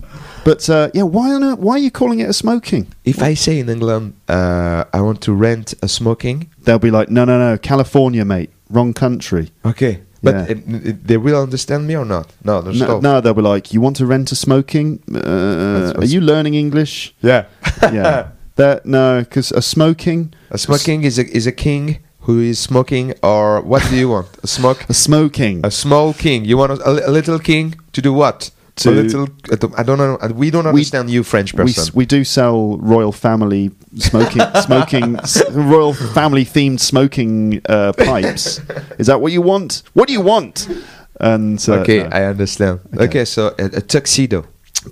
S1: But uh, yeah, why on earth, why are you calling it a smoking?
S3: If I say in England, uh, I want to rent a smoking,
S1: They'll be like, no, no, no, California, mate, wrong country.
S3: Okay, but
S1: Yeah.
S3: it- it- they will understand me or not? No, no,
S1: No,
S3: stop.
S1: no, they'll be like, you want to rent a smoking? Uh, are
S3: what's-
S1: you learning English?
S3: Yeah,
S1: yeah. That no, because a smoking,
S3: a smoking is a is a king who is smoking, or what do you want? A smoke,
S1: a smoking.
S3: a small king. You want a, a li- a little king to do what?
S1: To-
S3: a little. I don't- I don't know. uh, We don't understand you, French
S1: we,
S3: person.
S1: s- we do sell royal family smoking smoking s- royal family themed smoking uh, pipes. Is that what you want? What do you want? And uh,
S3: okay,
S1: no.
S3: I understand.
S1: Okay.
S3: Okay, so a, a tuxedo.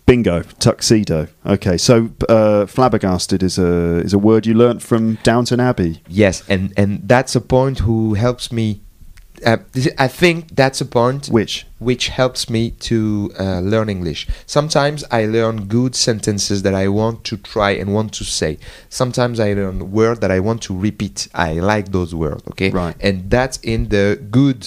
S1: bingo tuxedo. Okay, so uh, flabbergasted is a is a word you learnt from Downton Abbey.
S3: Yes, and and that's a point who helps me. Uh, this- I think that's a point
S1: Which
S3: which helps me to uh, learn English. Sometimes I learn good sentences that I want to try and want to say. Sometimes I learn words that I want to repeat. I like those words, okay?
S1: Right.
S3: And that's in the good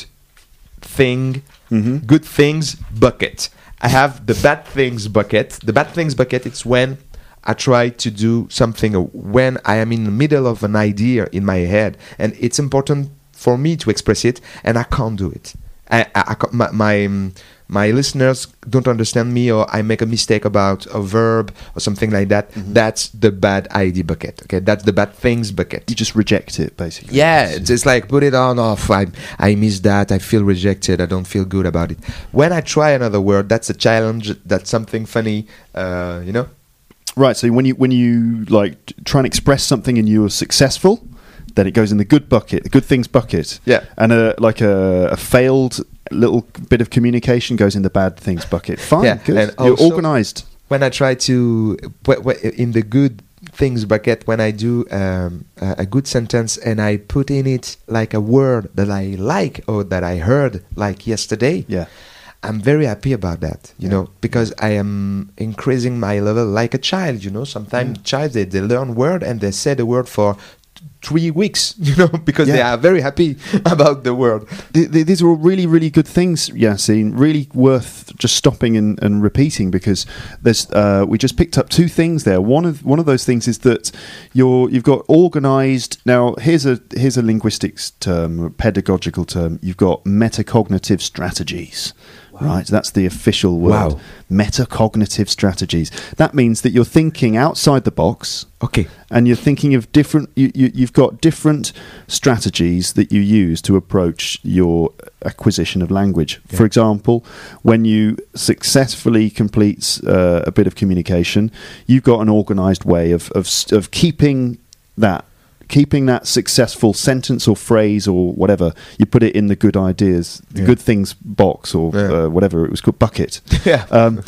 S3: thing,
S1: Mhm.
S3: good things bucket. I have the bad things bucket. The bad things bucket it's when I try to do something or when I am in the middle of an idea in my head and it's important for me to express it and I can't do it. I, I, I ca- my, my um, my listeners don't understand me or I make a mistake about a verb or something like that. That's the bad ID bucket. Okay, that's the bad things bucket.
S1: you just reject it basically.
S3: Yeah, it's just like put it on off. I I miss that. I feel rejected. I don't feel good about it. When I try another word, that's a challenge. That's something funny. Uh, you know.
S1: Right. So when you when you like t- try and express something and you are successful, then it goes in the good bucket, the good things bucket.
S3: Yeah.
S1: And a like a, a failed little bit of communication goes in the bad things bucket. Fine.
S3: Yeah,
S1: Good.
S3: and
S1: You're
S3: also-
S1: organised.
S3: When I try to wh- wh- in the good things bucket, when I do um, a a good sentence and I put in it like a word that I like or that I heard like yesterday.
S1: Yeah.
S3: I'm very happy about that, you
S1: Yeah.
S3: know, because I am increasing my level like a child, you know. Sometimes child they, they learn word and they say the word for t- three weeks, you know, because they
S1: Yeah.
S3: are very happy about the word.
S1: Th- th- these are all really, really good things, Yassine. Really worth just stopping and, and repeating because there's uh, we just picked up two things there. One of one of those things is that you're you've got organised. Now here's a here's a linguistics term, a pedagogical term. You've got metacognitive strategies. Right, that's the official word.
S3: Wow.
S1: Metacognitive strategies. That means that you're thinking outside the box
S3: Okay.
S1: and you're thinking of different you, you, you've got different strategies that you use to approach your acquisition of language for example when you successfully complete uh, a bit of communication you've got an organized way of, of, s- of keeping that keeping that successful sentence or phrase or whatever you put it in the good ideas the
S3: Yeah.
S1: good things box or
S3: Yeah.
S1: uh, whatever it was called bucket
S3: Yeah.
S1: um,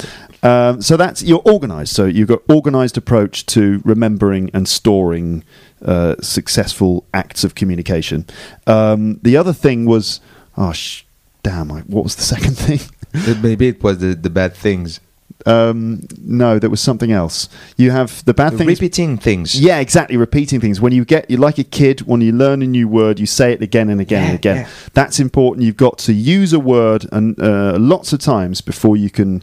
S1: um, so that's you're organised. So you've got organised approach to remembering and storing uh, successful acts of communication. Um, the other thing was, oh sh- damn! I, what was the second thing?
S3: Uh, Maybe it was the, the bad things.
S1: Um, no, there was something else. You have the bad things.
S3: Repeating things.
S1: Yeah, exactly. Repeating things. When you get, you're like a kid, when you learn a new word, you say it again and again and
S3: Yeah,
S1: again.
S3: yeah.
S1: That's important. You've got to use a word and uh, lots of times before you can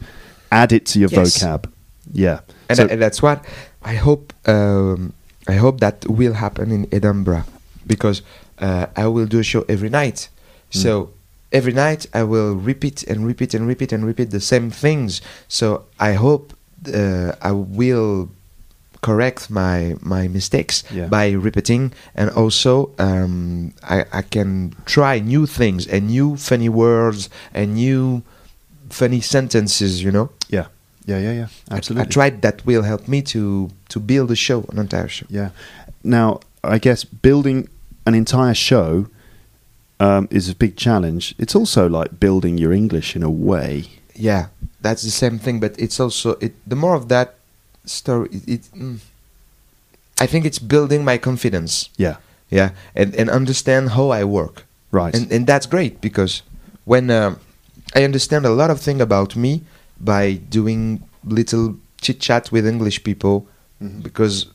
S1: add it to your
S3: Yes.
S1: vocab. Yeah.
S3: and,
S1: So-
S3: I- and that's what I hope. Um, I hope that will happen in Edinburgh because uh, I will do a show every night.
S1: Mm.
S3: So every night I will repeat and repeat and repeat and repeat the same things. So I hope uh, I will correct my my mistakes
S1: Yeah.
S3: by repeating and also um, I, I can try new things and new funny words and new funny sentences you know
S1: yeah. Yeah, yeah, yeah. Absolutely.
S3: I tried that will help me to to build a show, an entire show.
S1: Yeah. Now, I guess building an entire show um, is a big challenge. It's also like building your English in a way.
S3: Yeah, that's the same thing, but it's also it. The more of that story, it. it mm, I think it's building my confidence.
S1: Yeah.
S3: Yeah, and and understand how I work.
S1: Right.
S3: and and that's great because when um I understand a lot of thing about me by doing little chit chat with English people
S1: Mm-hmm.
S3: because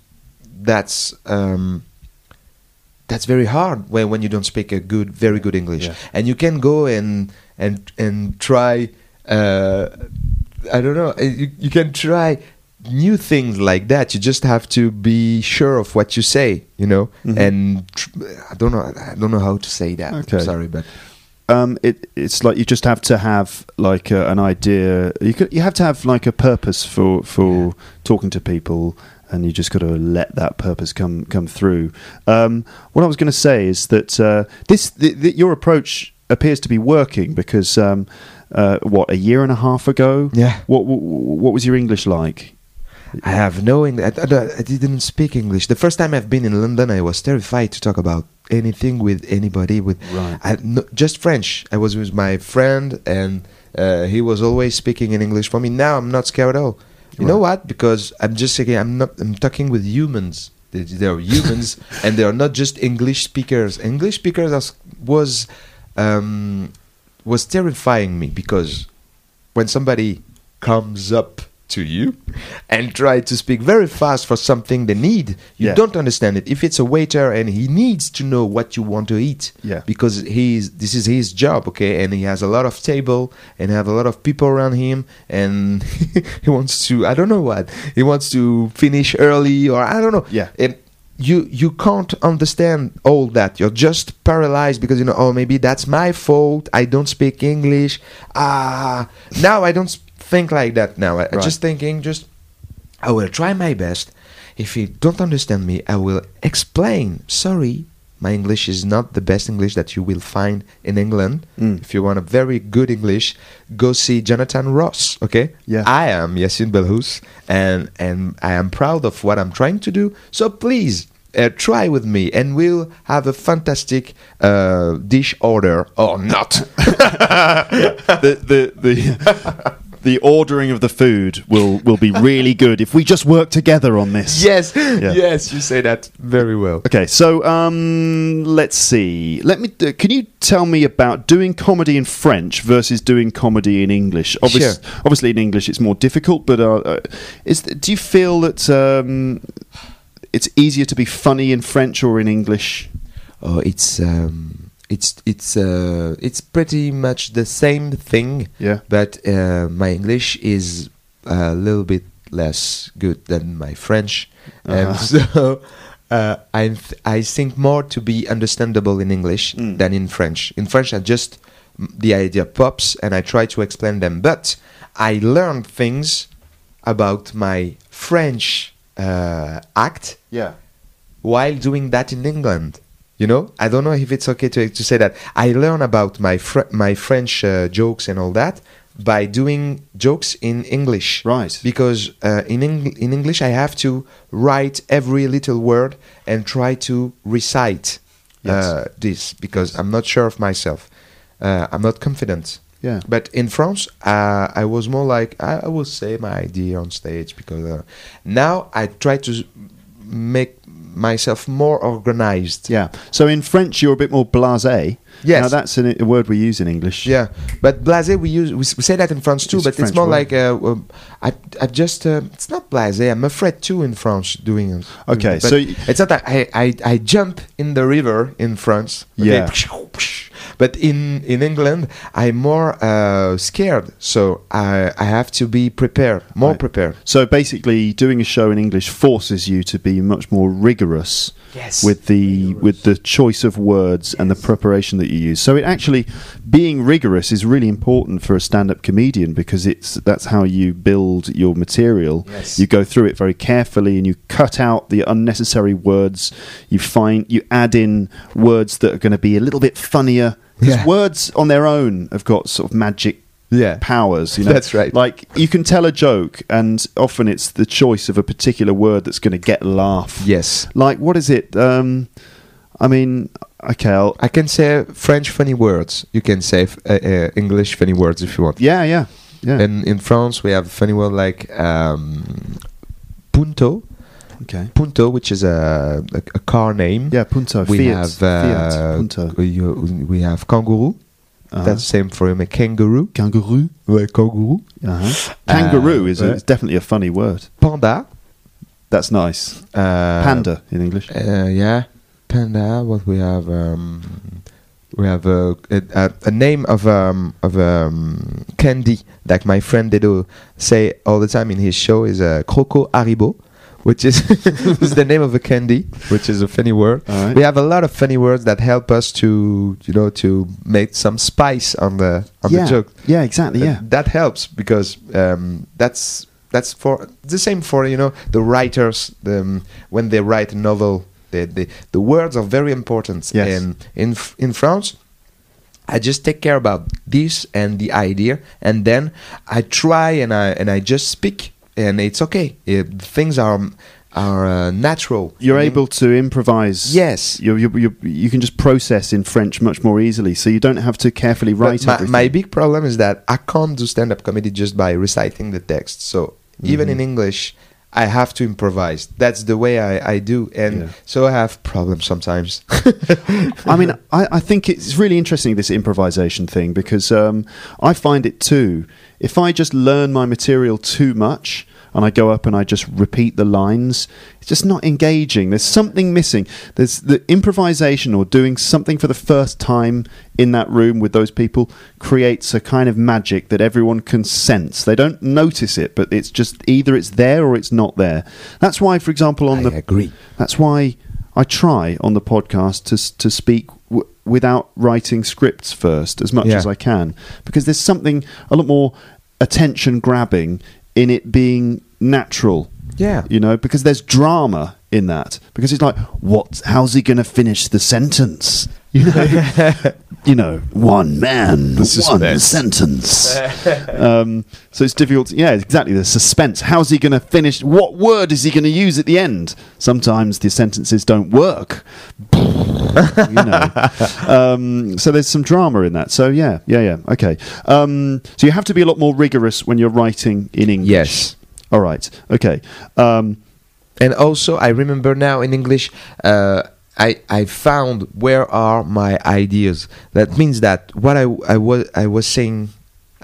S3: that's um, that's very hard when when you don't speak a good very good English
S1: Yeah.
S3: and you can go and and and try uh, I don't know uh, you, you can try new things like that you just have to be sure of what you say you know
S1: Mhm.
S3: and tr- I don't know I don't know how to say that
S1: Okay.
S3: sorry but
S1: um, it it's like you just have to have like a, an idea. You could, you have to have like a purpose for for talking to people, and you just got to let that purpose come come through. Um, what I was going to say is that uh, this th- th- your approach appears to be working because um, uh, what a year and a half ago,
S3: Yeah.
S1: What what, what was your English like?
S3: I have no English. I, I- I didn't speak English. The first time I've been in London, I was terrified to talk about anything with anybody. With
S1: Right.
S3: I, no, just French. I was with my friend, and uh, he was always speaking in English for me. Now I'm not scared at all. You know what? Because I'm just again, I'm not. I'm talking with humans. They, they are humans, and they are not just English speakers. English speakers are, s- was um, was terrifying me because when somebody comes up to you and try to speak very fast for something they need you
S1: Yeah.
S3: don't understand it if it's a waiter and he needs to know what you want to eat
S1: Yeah.
S3: because he's this is his job okay and he has a lot of table and have a lot of people around him and he wants to i don't know what he wants to finish early or i don't know
S1: Yeah.
S3: and you you can't understand all that you're just paralyzed because you know oh maybe that's my fault i don't speak english ah now i don't s- think like that now I, i'm
S1: Right.
S3: just thinking just i will try my best if you don't understand me i will explain sorry my english is not the best english that you will find in england
S1: Mm.
S3: if you want a very good english go see jonathan ross okay
S1: Yeah.
S3: I am Yassine Belhous, and and I am proud of what I'm trying to do. So please uh, try with me, and we'll have a fantastic uh, dish order or not.
S1: the the the. The ordering of the food will, will be really good if we just work together on this.
S3: yes,
S1: Yeah.
S3: yes, you say that very well.
S1: Okay, so um, let's see. Let me. do- can you tell me about doing comedy in French versus doing comedy in English?
S3: Sure.
S1: Obviously, in English it's more difficult, but uh, uh, is do you feel that um, it's easier to be funny in French or in English?
S3: Oh, it's um, it's it's uh, it's pretty much the same thing.
S1: Yeah.
S3: But uh, my English is a little bit less good than my French, and so uh, I th- I think more to be understandable in English
S1: Mm.
S3: than in French. In French, I just the idea pops and I try to explain them, but I learn things about my French uh, act
S1: Yeah.
S3: while doing that in England. You know, I don't know if it's okay to, to say that. I learn about my fr- my French uh, jokes and all that by doing jokes in English.
S1: Right.
S3: Because uh, in Eng- in English, I have to write every little word and try to recite uh,
S1: Yes.
S3: this because I'm not sure of myself. Uh, I'm not confident.
S1: Yeah.
S3: But in France, uh, I was more like I, I will say my idea on stage because uh, now I try to s- make myself more organized.
S1: Yeah. So in French you're a bit more blasé.
S3: Yes.
S1: Now that's an, a word we use in English.
S3: Yeah, but blasé we use we, s- we say that in France too,
S1: It's a
S3: but it's
S1: French
S3: more
S1: word.
S3: like uh, um, I I just uh, it's not blasé. I'm afraid too in France doing it.
S1: Okay,
S3: But
S1: so y-
S3: it's not that I, I I jump in the river in France. okay,
S1: Yeah.
S3: But in in England, I'm more uh, scared, so I I have to be prepared, more
S1: Right.
S3: prepared.
S1: So basically, doing a show in English forces you to be much more rigorous
S3: Yes.
S1: with the with the choice of words and the preparation that you use. So it actually being rigorous is really important for a stand-up comedian because it's that's how you build your material.
S3: Yes.
S1: You go through it very carefully and you cut out the unnecessary words. You find you add in words that are going to be a little bit funnier. Because
S3: Yeah.
S1: words on their own have got sort of magic
S3: Yeah.
S1: powers. You know?
S3: That's right.
S1: Like you can tell a joke, and often it's the choice of a particular word that's going to get a laugh.
S3: Yes.
S1: Like what is it? Um, I mean, okay, I'll,
S3: I can say French funny words. You can say f- uh, uh, English funny words if you want.
S1: yeah, yeah, yeah.
S3: And in France, we have funny word like um, punto,
S1: okay,
S3: punto, which is a a, a car name.
S1: yeah, punto.
S3: Hmm? We
S1: Fiat,
S3: have uh,
S1: Fiat, punto.
S3: you- we have kangaroo.
S1: Uh-huh.
S3: That's the same for him. A kangaroo.
S1: kangaroo.
S3: Ouais, kangaroo.
S1: Uh-huh.
S3: Uh,
S1: Kangaroo is, a,
S3: right.
S1: is definitely a funny word.
S3: Panda.
S1: That's nice.
S3: Uh,
S1: Panda in English.
S3: Uh, yeah, panda. What we have? Um, we have a, a, a- a name of um, of um, candy. Like my friend Dedo say all the time in his show is uh, croco haribo, which is, is the name of a candy, which is a funny word.
S1: All right.
S3: We have a lot of funny words that help us to you know to make some spice on the on
S1: yeah,
S3: the joke. Uh,
S1: yeah, exactly. Yeah,
S3: And that helps because um, that's that's for the same for you know the writers the, um, when they write a novel the the, the words are very important
S1: Yes.
S3: and in F- in France I just take care about this and the idea and then I try and I and I just speak and it's okay It- things are are uh, natural
S1: you're
S3: I mean,
S1: able to improvise.
S3: mm-hmm. yes
S1: you you you you can just process in French much more easily, so you don't have to carefully
S3: But
S1: write
S3: my,
S1: everything.
S3: my big problem is that I can't do stand up comedy just by reciting the text. So even
S1: Mm-hmm.
S3: in English, I have to improvise. That's the way I, I do. And
S1: Yeah.
S3: so I have problems sometimes.
S1: I mean, I, I think it's really interesting this improvisation thing because um, I find it too. If I just learn my material too much and I go up and I just repeat the lines, it's just not engaging. There's something missing. There's the improvisation or doing something for the first time in that room with those people creates a kind of magic that everyone can sense. They don't notice it, but it's just either it's there or it's not there. That's why, for example, on
S3: I
S1: the
S3: agree.
S1: that's why I try on the podcast to s- to speak w- without writing scripts first as much
S3: Yeah.
S1: as I can because there's something a lot more attention grabbing in it being natural.
S3: Yeah.
S1: You know, because there's drama in that because it's like what how's he going to finish the sentence? You know, you know, one man, one
S3: suspense.
S1: sentence. um, so it's difficult. To, yeah, exactly. The suspense. How's he going to finish? What word is he going to use at the end? Sometimes the sentences don't work. you know. Um, so there's some drama in that. So yeah, yeah, yeah. Okay. Um, so you have to be a lot more rigorous when you're writing in English.
S3: Yes.
S1: All right. Okay. Um,
S3: And also, I remember now in English, uh, I I found where are my ideas. That means that what I I was I was saying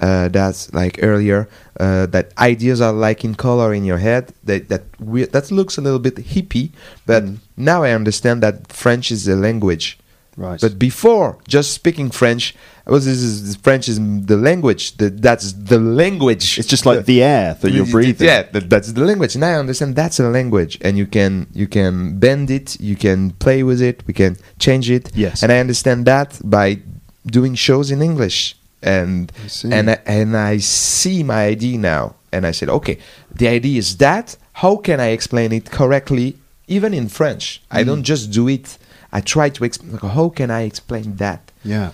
S3: uh, that like earlier uh, that ideas are like in color in your head. That that we, that looks a little bit hippie, but
S1: Mm.
S3: now I understand that French is a language.
S1: Right.
S3: But before just speaking French, I was this is French is the language. That that's the language.
S1: it's just like the air that you're
S3: Y- y-
S1: breathing.
S3: Yeah, that, that's the language, and I understand that's a language, and you can you can bend it, you can play with it, we can change it.
S1: Yes.
S3: and I understand that by doing shows in English, and
S1: I see.
S3: and I, and I see my idea now, and I said, okay, the idea is that. How can I explain it correctly, even in French?
S1: Mm.
S3: I don't just do it. I try to explain. How can I explain that?
S1: Yeah.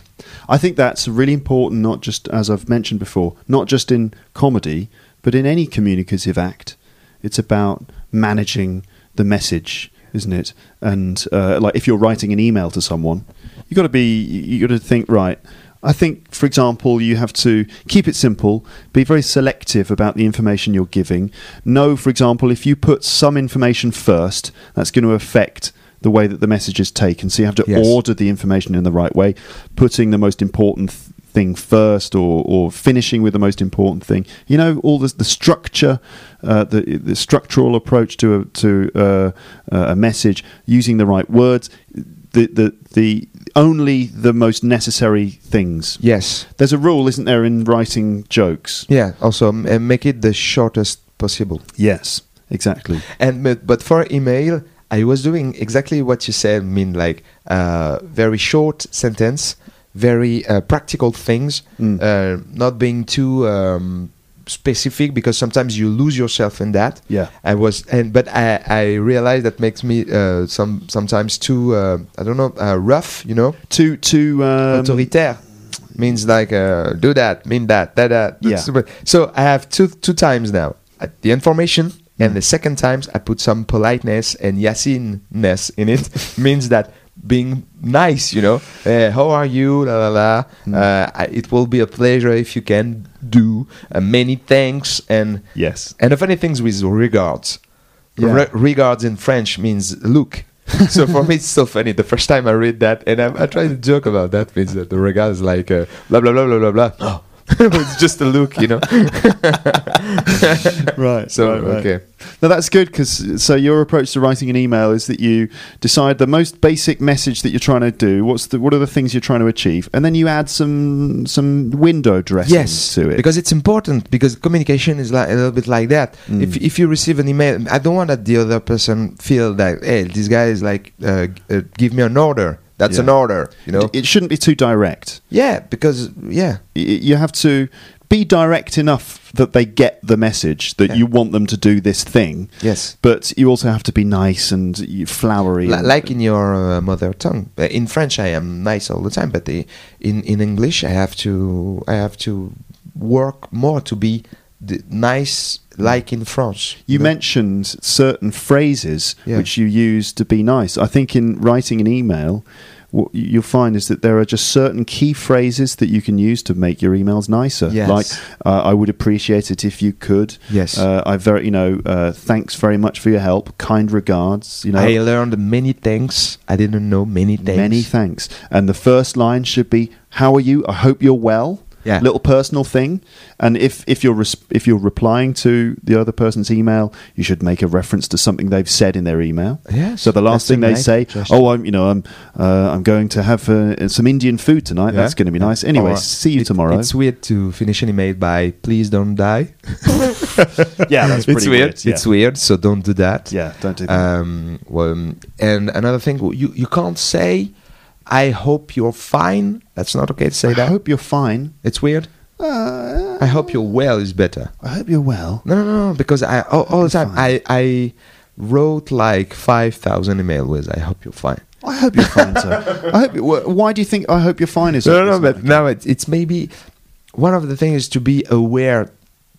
S1: I think that's really important, not just, as I've mentioned before, not just in comedy, but in any communicative act. It's about managing the message, isn't it? And uh, like if you're writing an email to someone, you've got to be, you got to think, right, I think, for example, you have to keep it simple, be very selective about the information you're giving. Know, for example, if you put some information first, that's going to affect the way that the message is taken. So you have to
S3: Yes.
S1: order the information in the right way, putting the most important th- thing first, or, or finishing with the most important thing. You know, all this, the structure, uh, the, the structural approach to a, to uh, a message, using the right words. The, the the only the most necessary things.
S3: Yes.
S1: There's a rule, isn't there, in writing jokes?
S3: Yeah. Also, m- uh, make it the shortest possible.
S1: Yes, exactly.
S3: And but, but for email, I was doing exactly what you said. I mean, like uh, very short sentence, very uh, practical things,
S1: Mm.
S3: uh, not being too um, specific because sometimes you lose yourself in that.
S1: Yeah.
S3: I was, and but I, I realized that makes me uh, some sometimes too uh, I don't know uh, rough. You know,
S1: To to um,
S3: autoritaire means like uh, do that, mean that, that that.
S1: Yeah.
S3: That's- So I have two two times now Uh, the information.
S1: Mm.
S3: And the second times I put some politeness and yassinness in it means that being nice, you know, uh, how are you, la la la.
S1: Mm.
S3: Uh, I, it will be a pleasure if you can do uh, many thanks and
S1: Yes.
S3: and of anything's with regards.
S1: Yeah.
S3: Re- regards in French means look. so for me, it's so funny. The first time I read that, and I, I try to joke about that, means that the regard is like uh, blah blah blah blah blah blah. it's just a look, you know.
S1: Right.
S3: So
S1: right, right.
S3: okay,
S1: Now that's good because so your approach to writing an email is that you decide the most basic message that you're trying to do. What's the what are the things you're trying to achieve, and then you add some some window dressing
S3: yes,
S1: to it.
S3: because it's important. Because communication is like a little bit like that.
S1: Mm.
S3: If if you receive an email, I don't want that the other person feel that hey, this guy is like uh, g- uh, give me an order. That's
S1: Yeah.
S3: an order, you know.
S1: it shouldn't be too direct.
S3: yeah, because yeah,
S1: Y- You have to be direct enough that they get the message that
S3: Yeah.
S1: you want them to do this thing.
S3: yes.
S1: But you also have to be nice and y- flowery.
S3: Li-
S1: and-
S3: like in your uh, mother tongue. Uh, In French, I am nice all the time, but the, in in English, I have to I have to work more to be the nice like in France.
S1: You
S3: know?
S1: mentioned certain phrases
S3: Yeah.
S1: which you use to be nice. I think in writing an email, what y- you'll find is that there are just certain key phrases that you can use to make your emails nicer.
S3: Yes.
S1: Like, uh, I would appreciate it if you could.
S3: Yes.
S1: Uh, I very, you know, uh, thanks very much for your help. Kind regards. You know,
S3: I learned many things I didn't know. Many things.
S1: many thanks. And the first line should be, "How are you? I hope you're well."
S3: Yeah.
S1: Little personal thing, and if if you're res- if you're replying to the other person's email, you should make a reference to something they've said in their email.
S3: Yes,
S1: So the last
S3: that's
S1: thing
S3: a
S1: they
S3: nice
S1: say,
S3: suggestion.
S1: "Oh, I'm you know I'm uh, I'm going to have uh, some Indian food tonight.
S3: Yeah.
S1: That's going to be nice." Anyway,
S3: Or
S1: see you
S3: it-
S1: tomorrow.
S3: It's weird to finish an email by "Please don't die."
S1: yeah, that's pretty
S3: it's weird.
S1: Yeah.
S3: It's weird. So don't do that.
S1: Yeah, don't do that.
S3: Um, well, um, and another thing, you you can't say, "I hope you're fine." That's not okay to say
S1: I
S3: that.
S1: hope you're fine.
S3: It's weird.
S1: Uh,
S3: I hope your well is better.
S1: I hope you're well.
S3: No, no, no, no, because I all, all the
S1: You're
S3: time I, I wrote like five thousand email with "I hope you're fine."
S1: I hope you're fine, sir. I hope. You, wh- why do you think I hope you're fine? Is
S3: No,
S1: is
S3: no, no
S1: not
S3: but
S1: okay?
S3: now it, it's maybe one of the things is to be aware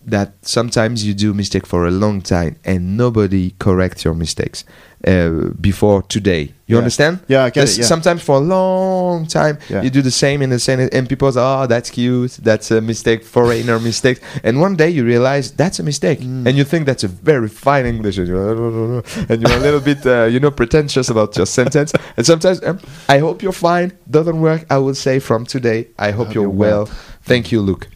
S3: that sometimes you do mistake for a long time and nobody corrects your mistakes uh, before today. You
S1: Yeah.
S3: understand?
S1: Yeah, I get
S3: Because
S1: it, yeah.
S3: Sometimes for a long time
S1: Yeah.
S3: you do the same and the same, and people say, "Oh, that's cute. That's a mistake, foreigner mistake." And one day you realize that's a mistake,
S1: Mm.
S3: and you think that's a very fine English, and you're, and you're a little bit, uh, you know, pretentious about your sentence. And sometimes, um, I hope you're fine. Doesn't work. I will say from today, I hope,
S1: hope
S3: you're,
S1: you're
S3: well.
S1: well.
S3: Thank you, Luke.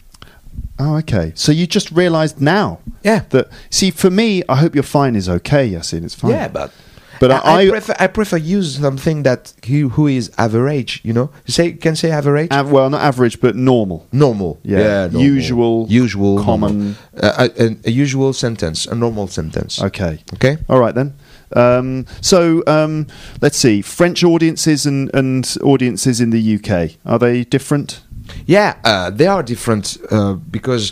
S1: Oh, okay. So you just realised now
S3: Yeah.
S1: that. See, for me, I hope your fine is okay, Yasin. It's fine.
S3: Yeah, but
S1: But
S3: I, I
S1: I-
S3: prefer I prefer use something that who, who is average. You know, you say can say average.
S1: Av- well, not average, but normal.
S3: normal.
S1: Yeah.
S3: normal.
S1: Usual,
S3: usual,
S1: common.
S3: normal. Uh, a, a, a usual sentence, a normal sentence.
S1: Okay.
S3: Okay.
S1: All right then. Um, so um, let's see. French audiences and, and audiences in the UK are they different?
S3: Yeah, uh, they are different uh, because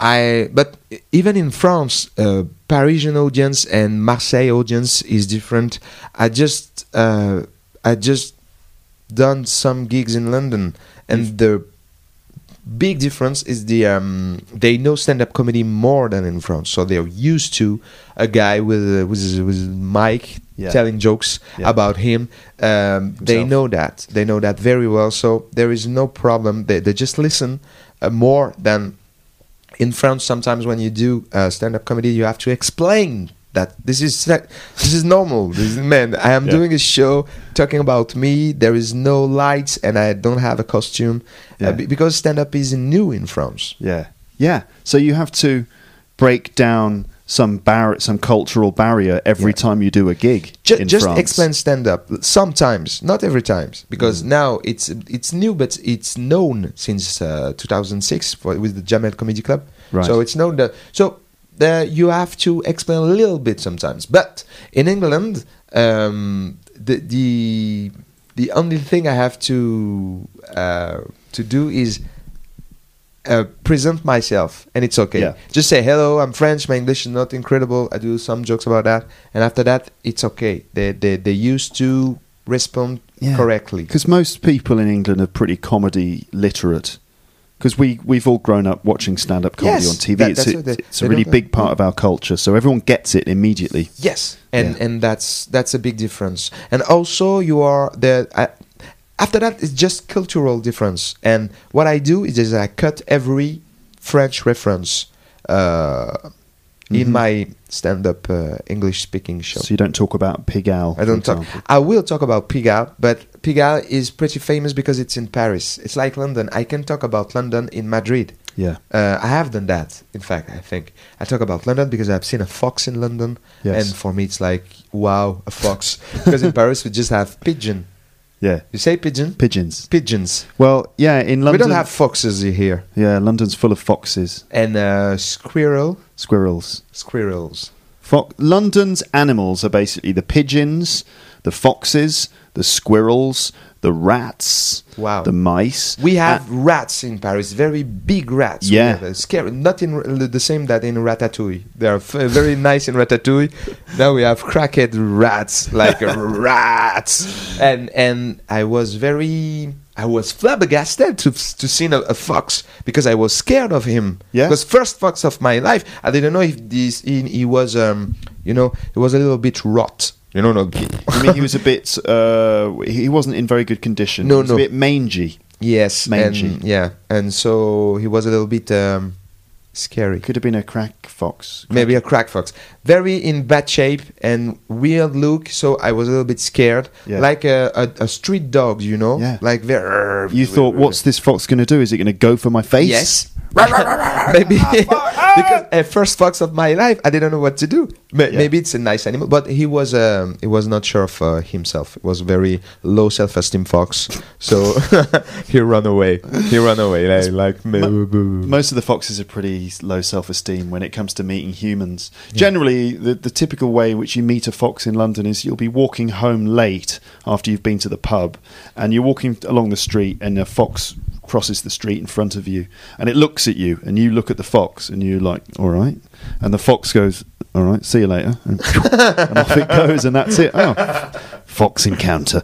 S3: I. But even in France, uh, Parisian audience and Marseille audience is different. I just uh, I just done some gigs in London, and the big difference is the um, they know stand-up comedy more than in France, so they're used to a guy with a, with a, with a mic
S1: Yeah.
S3: telling jokes
S1: Yeah.
S3: about him. Um, they
S1: Himself.
S3: know that they know that very well, so there is no problem. They they just listen uh, more than in France. Sometimes when you do uh, stand-up comedy, you have to explain. That this is se- this is normal. This is, man, I am
S1: Yeah.
S3: doing a show talking about me. There is no lights, and I don't have a costume. Uh,
S1: Yeah.
S3: be- because stand up is new in France.
S1: Yeah. Yeah. So you have to break down some bar- some cultural barrier every time you do a gig
S3: Ju-
S1: in
S3: just
S1: France.
S3: explain stand up sometimes not every times
S1: Mm.
S3: because now it's it's new but it's known since uh, 2006 for, with the Jamel Comedy Club
S1: Right.
S3: so it's known that so uh, you have to explain a little bit sometimes but in England um, the the the only thing I have to uh, to do is uh, present myself and it's okay
S1: Yeah.
S3: just say hello i'm french my english is not incredible i do some jokes about that and after that it's okay they they, they used to respond
S1: Yeah.
S3: correctly
S1: Because most people in England are pretty comedy literate. Because we, we've all grown up watching stand up comedy
S3: Yes,
S1: on TV.
S3: that-
S1: it's
S3: that's
S1: a,
S3: what they-
S1: it's
S3: they
S1: a really
S3: don't-
S1: big part of our culture. So everyone gets it immediately.
S3: yes and
S1: Yeah.
S3: and that's that's a big difference and also you are the I, after that it's just cultural difference and what i do is, is i cut every french reference uh,
S1: Mm-hmm.
S3: in my stand-up uh, english speaking show
S1: So you don't talk about Pig Owl.
S3: I don't talk. I will talk about Pigalle, but Pigalle is pretty famous because it's in Paris. It's like London. I can talk about London in Madrid.
S1: Yeah.
S3: Uh, I have done that. In fact, I think I talk about London because I've seen a fox in London,
S1: Yes.
S3: and for me it's like wow, a fox. because in Paris we just have pigeon.
S1: Yeah.
S3: You say pigeon?
S1: Pigeons.
S3: Pigeons.
S1: Well, yeah, in London.
S3: We don't have foxes here.
S1: Yeah, London's full of foxes,
S3: And uh, squirrel,
S1: squirrels.
S3: squirrels.
S1: Fo- London's animals are basically the pigeons, the foxes, the squirrels, the rats,
S3: Wow.
S1: the mice.
S3: We have rats in Paris, very big rats. We
S1: Uh, Yeah.
S3: have, uh, scary. Not in r- the same that in Ratatouille. They are f- very nice in Ratatouille. Now we have crackhead rats, like rats. And and I was very, I was flabbergasted to to see a, a fox because I was scared of him.
S1: Yeah.
S3: Because first fox of my life, I didn't know if this he, he was um you know he was a little bit rot. You know, no.
S1: I mean, he was a bit. Uh, he wasn't in very good condition.
S3: No,
S1: he was
S3: no.
S1: a bit mangy.
S3: Yes,
S1: Mangy.
S3: and yeah, and so he was a little bit um, scary.
S1: Could have been a crack fox.
S3: Maybe a crack fox. Very in bad shape and weird look, so I was a little bit scared,
S1: Yeah.
S3: like a, a, a street dog, you know,
S1: Yeah.
S3: like very.
S1: You thought, what's this fox going to do? Is it going to go for my face?
S3: Yes. maybe because uh, first fox of my life, I didn't know what to do. Ma-
S1: Yeah.
S3: Maybe it's a nice animal, but he was um, he was not sure of uh, himself. It was very low self esteem fox, so he ran away. He ran away like, like
S1: Most of the foxes are pretty low self esteem when it comes to meeting humans. Generally, the, the typical way in which you meet a fox in London is you'll be walking home late after you've been to the pub, and you're walking along the street, and a fox crosses the street in front of you, and it looks at you, and you look at the fox, and you're like, all right. And the fox goes, all right, see you later. And, and off it goes, and that's it. Oh, fox encounter.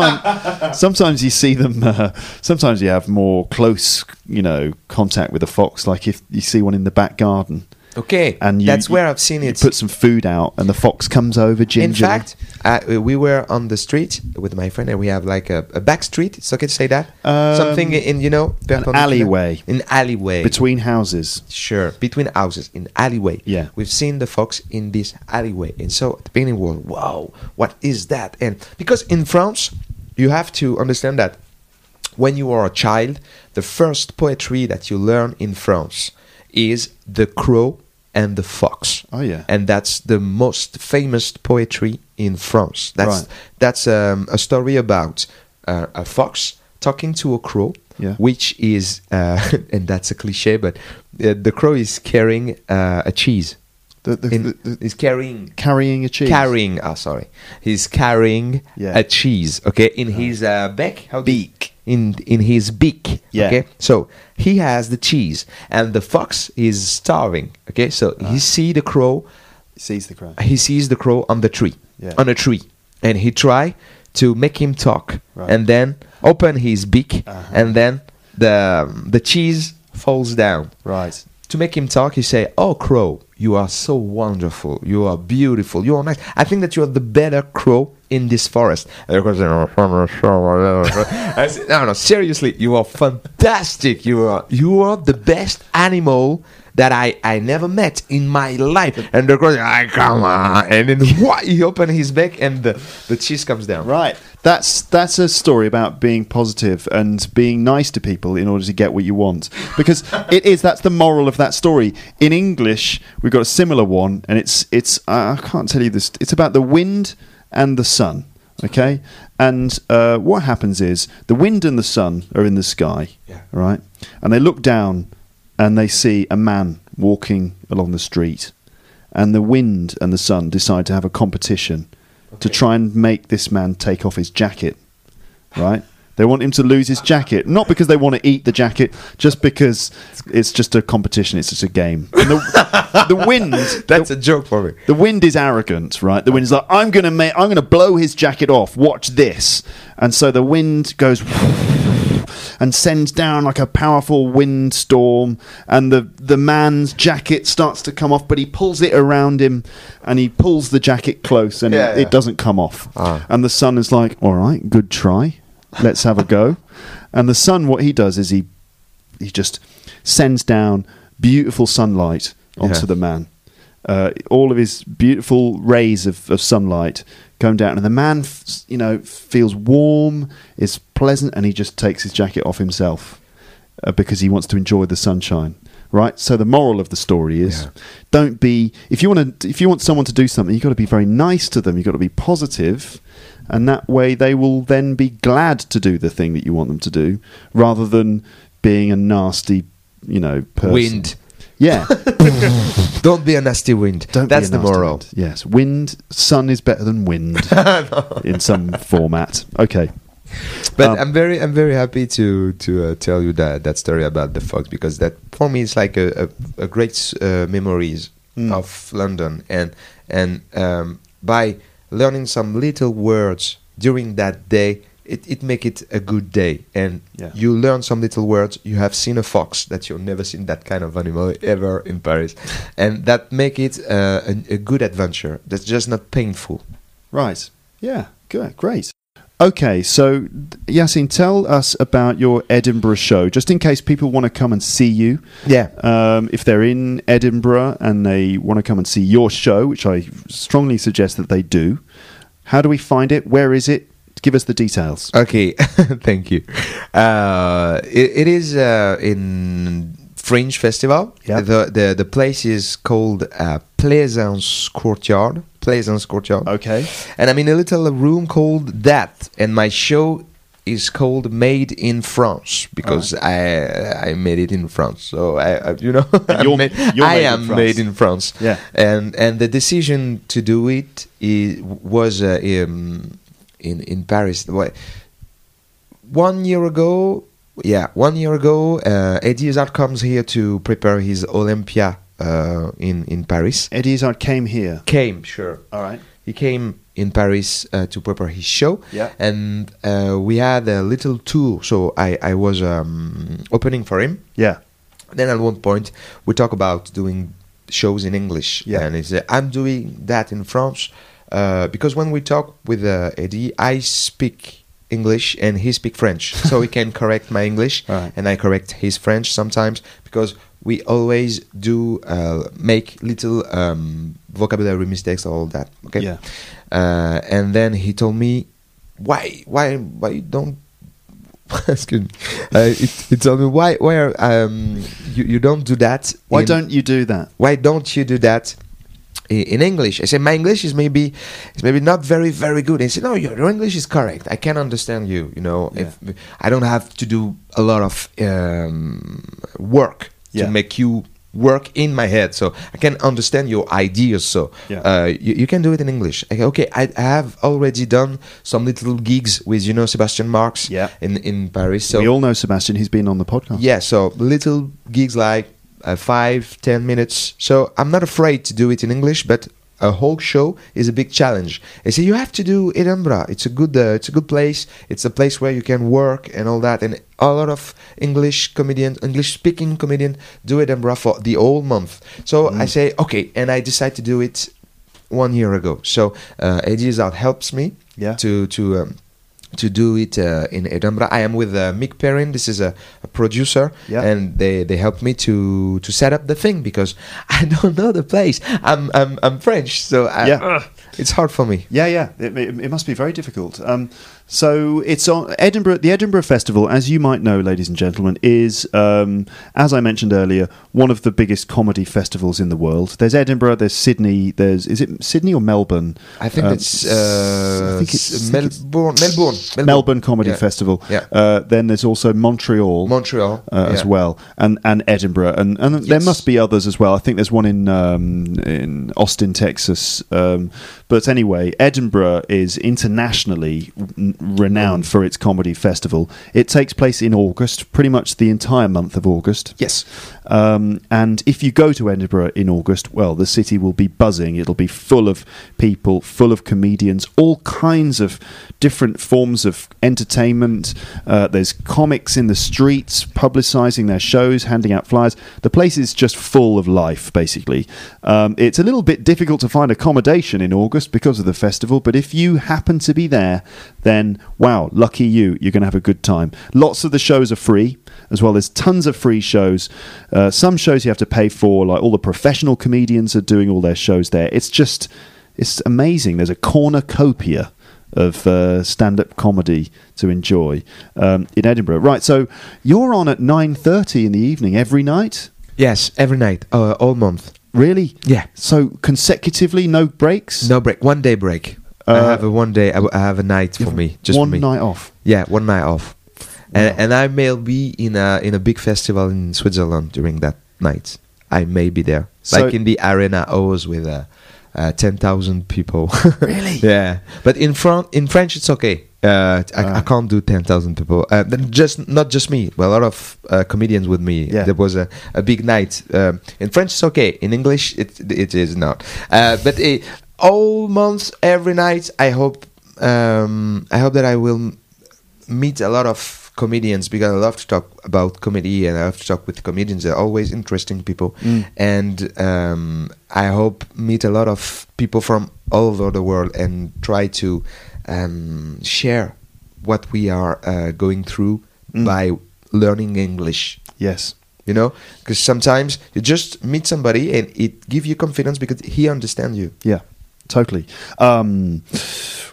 S1: Sometimes, sometimes you see them. Uh, sometimes you have more close, you know, contact with a fox. Like if you see one in the back garden,
S3: okay,
S1: and you,
S3: that's where I've seen
S1: you
S3: it.
S1: Put some food out, and the fox comes over gingerly.
S3: In fact, uh, we were on the street with my friend, and we have like a, a back street. It's okay to say that
S1: Um,
S3: something in you know perpendicular-
S1: alleyway.
S3: An alleyway.
S1: between houses.
S3: Sure, between houses in alleyway.
S1: Yeah.
S3: we've seen the fox in this alleyway, and so at the beginning was wow, what is that? And because in France, you have to understand that when you are a child, the first poetry that you learn in France is the crow and the fox.
S1: Oh, yeah.
S3: and that's the most famous poetry in France. That's
S1: Right.
S3: that's um, a story about uh, a fox talking to a crow,
S1: Yeah.
S3: which is uh, and that's a cliche, but uh, the crow is carrying uh, a cheese.
S1: The, the,
S3: In-
S1: the- the-
S3: is carrying
S1: carrying a cheese.
S3: carrying. Oh, sorry, he's carrying
S1: Yeah.
S3: a cheese. Okay, in his uh, beak. How do you-
S1: Beak.
S3: in in his beak.
S1: Yeah.
S3: Okay, so he has the cheese, and the fox is starving. Okay, so he see the crow
S1: sees the crow.
S3: he sees the crow on the tree
S1: Yeah.
S3: on a tree and he try to make him talk
S1: Right. Uh-huh.
S3: and then open his beak and then the the cheese falls down
S1: Right.
S3: to make him talk he say oh crow you are so wonderful you are beautiful you are nice i think that you are the better crow in this forest And the crow say, "Oh, I'm so-" I say, no no seriously you are fantastic you are you are the best animal that I, I never met in my life. And the girl, I come on. And then what? He opened his back and the, the cheese comes down.
S1: Right. That's that's a story about being positive and being nice to people in order to get what you want. Because it is that's the moral of that story. In English, we've got a similar one, and it's it's uh, I can't tell you this. It's about the wind and the sun. Okay, and uh, what happens is the wind and the sun are in the sky.
S3: Yeah.
S1: Right, and they look down and they see a man walking along the street, and the wind and the sun decide to have a competition to
S3: Okay.
S1: try and make this man take off his jacket. Right? They want him to lose his jacket, not because they want to eat the jacket, just because it's just a competition. It's just a game. And the, the wind.
S3: That's
S1: the,
S3: a joke for me.
S1: the wind is arrogant, right? The wind is like, I'm gonna make, I'm gonna blow his jacket off. Watch this, and so the wind goes and sends down like a powerful windstorm, and the the man's jacket starts to come off, but he pulls it around him, and he pulls the jacket close, and
S3: Yeah,
S1: it,
S3: yeah.
S1: it doesn't come off.
S3: Ah.
S1: And the sun is like, all right, good try, let's have a go. And the sun, what he does is he he just sends down beautiful sunlight onto
S3: Yeah.
S1: the man. Uh, all of his beautiful rays of, of sunlight come down, and the man, f- you know, feels warm, is pleasant, and he just takes his jacket off himself uh, because he wants to enjoy the sunshine. Right. So the moral of the story is:
S3: Yeah.
S1: don't be if you want to if you want someone to do something, you've got to be very nice to them. You've got to be positive, and that way they will then be glad to do the thing that you want them to do, rather than being a nasty, you know, person.
S3: Wind.
S1: Yeah.
S3: Don't be a nasty wind.
S1: Don't be
S3: That's
S1: a
S3: the
S1: nasty
S3: moral.
S1: wind. Yes, wind. Sun is better than wind in some format. Okay.
S3: But
S1: Um,
S3: I'm very, I'm very happy to to uh, tell you that that story about the fox because that for me is like a a, a great uh, memories
S1: Mm.
S3: of London and and um, by learning some little words during that day, it it make it a good day and
S1: Yeah.
S3: you learn some little words. You have seen a fox that you've never seen that kind of animal ever in Paris, and that make it uh, a, a good adventure. That's just not painful.
S1: Right. Yeah. Good. Great. Okay. So, Yasin, tell us about your Edinburgh show, just in case people want to come and see you.
S3: Yeah.
S1: Um, if they're in Edinburgh and they want to come and see your show, which I strongly suggest that they do, how do we find it? Where is it? Give us the details.
S3: Okay, thank you. Uh, it, it is uh, in Fringe Festival.
S1: Yeah.
S3: The, the the place is called uh, Plaisance Courtyard. Plaisance Courtyard.
S1: Okay.
S3: And I'm in a little room called that, and my show is called Made in France because I I made it in France. So I, I you know I'm
S1: You're-
S3: made-
S1: you're
S3: I
S1: made in
S3: am
S1: France.
S3: made in France.
S1: Yeah.
S3: And and the decision to do it i- was uh, um, in in Paris. Wha- One year ago, yeah, one year ago, uh, Eddie Izzard comes here to prepare his Olympia uh, in in Paris.
S1: Eddie Izzard came here.
S3: Came, sure
S1: All right.
S3: he came in Paris uh, to prepare his show,
S1: Yeah.
S3: and uh, we had a little tour. So I I was um, opening for him.
S1: Yeah.
S3: Then at one point we talk about doing shows in English,
S1: Yeah.
S3: and he said, "I'm doing that in France uh, because when we talk with uh, Eddie, I speak." English and he speak French, so he can correct my English
S1: Right.
S3: and I correct his French sometimes because we always do uh, make little um, vocabulary mistakes, all that. Okay.
S1: Yeah.
S3: Uh, and then he told me, why, why, why you don't? Excuse me. Uh, he, he told me why, why are, um, you, you don't do that?
S1: Why
S3: in-
S1: don't you do that?
S3: why don't you do that i- in English? I said, my English is maybe is maybe not very very good. He said, no, your, your English is correct. I can understand you. You know, if I don't have to do a lot of um, work
S1: Yeah.
S3: to make you work in my head, so I can understand your ideas. So
S1: Yeah.
S3: uh, you, you can do it in English. I go, okay, I, I have already done some little gigs with you know Sebastian Marx
S1: Yeah.
S3: in in Paris. So
S1: we all know Sebastian. He's been on the podcast.
S3: yeah, so little gigs like uh, five, ten minutes. So I'm not afraid to do it in English, but a whole show is a big challenge. They say you have to do Edinburgh. It's a good, uh, it's a good place. It's a place where you can work and all that. And a lot of English comedians, English-speaking comedians, do Edinburgh for the whole month. So I say okay, and I decide to do it one year ago. So uh, Eddie Izzard helps me
S1: Yeah.
S3: to to um, to do it uh, in Edinburgh. I am with uh, Mick Perrin. This is a, a producer,
S1: Yeah.
S3: and they, they helped me to to set up the thing because I don't know the place. I'm I'm, I'm French, so I,
S1: Yeah.
S3: ugh, it's hard for me.
S1: Yeah, yeah. It, it, it must be very difficult. Um, so it's on Edinburgh. The Edinburgh Festival, as you might know, ladies and gentlemen, is um, as I mentioned earlier, one of the biggest comedy festivals in the world. There's Edinburgh. There's Sydney. There's is it Sydney or Melbourne?
S3: I think
S1: Um,
S3: it's, uh,
S1: I think it's- I think it's-
S3: Melbourne, Melbourne, Melbourne,
S1: Melbourne Comedy
S3: Yeah.
S1: Festival.
S3: Yeah.
S1: Uh, then there's also Montreal.
S3: Montreal
S1: uh, as
S3: yeah.
S1: well, and and Edinburgh, and and there
S3: Yes.
S1: must be others as well. I think there's one in um, in Austin, Texas. Um, but anyway, Edinburgh is internationally n-
S3: Mm.
S1: renowned for its comedy festival. It takes place in August, pretty much the entire month of August.
S3: Yes.
S1: Um, and if you go to Edinburgh in August, well, the city will be buzzing. It'll be full of people, full of comedians, all kinds of different forms of entertainment. Uh, there's comics in the streets publicising their shows, handing out flyers. The place is just full of life, basically. Um, it's a little bit difficult to find accommodation in August because of the festival, but if you happen to be there, then wow, lucky you, you're going to have a good time. Lots of the shows are free as well. There's tons of free shows. Uh, some shows you have to pay for, like all the professional comedians are doing all their shows there. It's just, it's amazing. There's a cornucopia of uh, stand-up comedy to enjoy um, in Edinburgh. Right, so you're on at 9.30 in the evening every night?
S3: Yes, every night, uh, all month.
S1: Really?
S3: Yeah.
S1: So consecutively, no breaks?
S3: No break. One day break.
S1: Uh,
S3: I have a one day. I I have a night for me. Just
S1: One
S3: for me.
S1: night off.
S3: Yeah, one night off. And, and I may be in a in a big festival in Switzerland during that night. I may be there,
S1: So-
S3: like in the arena Oz with uh, uh, ten thousand people.
S1: Really?
S3: yeah, but in Fran- in French it's okay. Uh, I, I can't do ten thousand people. Uh, then just not just me. Well, a lot of uh, comedians with me.
S1: Yeah.
S3: There was a, a big night. Um, in French it's okay. In English it it is not. Uh, but eh, all months, every night. I hope um, I hope that I will meet a lot of comedians because I love to talk about comedy and I love to talk with comedians. They're always interesting people,
S1: Mm.
S3: and um, I hope meet a lot of people from all over the world and try to um, share what we are uh, going through
S1: Mm.
S3: by learning English
S1: Yes.
S3: you know because sometimes you just meet somebody and it gives you confidence because he understands you
S1: Yeah, totally. Um,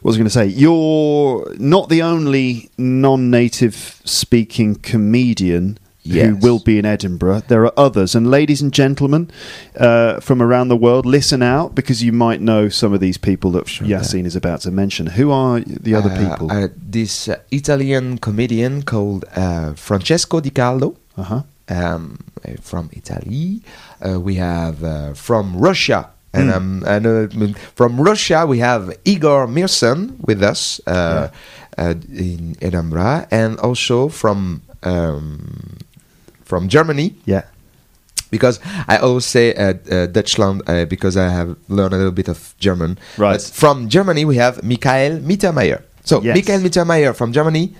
S1: what was I going to say? You're not the only non native speaking comedian. Who
S3: Yes.
S1: will be in Edinburgh? There are others, and ladies and gentlemen uh, from around the world, listen out because you might know some of these people that Yassine is about to mention. Who are the other
S3: Uh,
S1: people?
S3: uh, this uh, italian comedian called uh, francesco di caldo
S1: Uh huh.
S3: um, uh, from italy uh, we have uh, from russia and, um, and uh, mm, from Russia, we have Igor Mirson with us uh, uh, in Edinburgh, and also from um, from Germany,
S1: Yeah.
S3: because I always say uh, uh, Dutchland uh, because I have learned a little bit of German.
S1: Right.
S3: But from Germany, we have Michael Mittermeier. So
S1: Yes.
S3: Michael Mittermeier from Germany,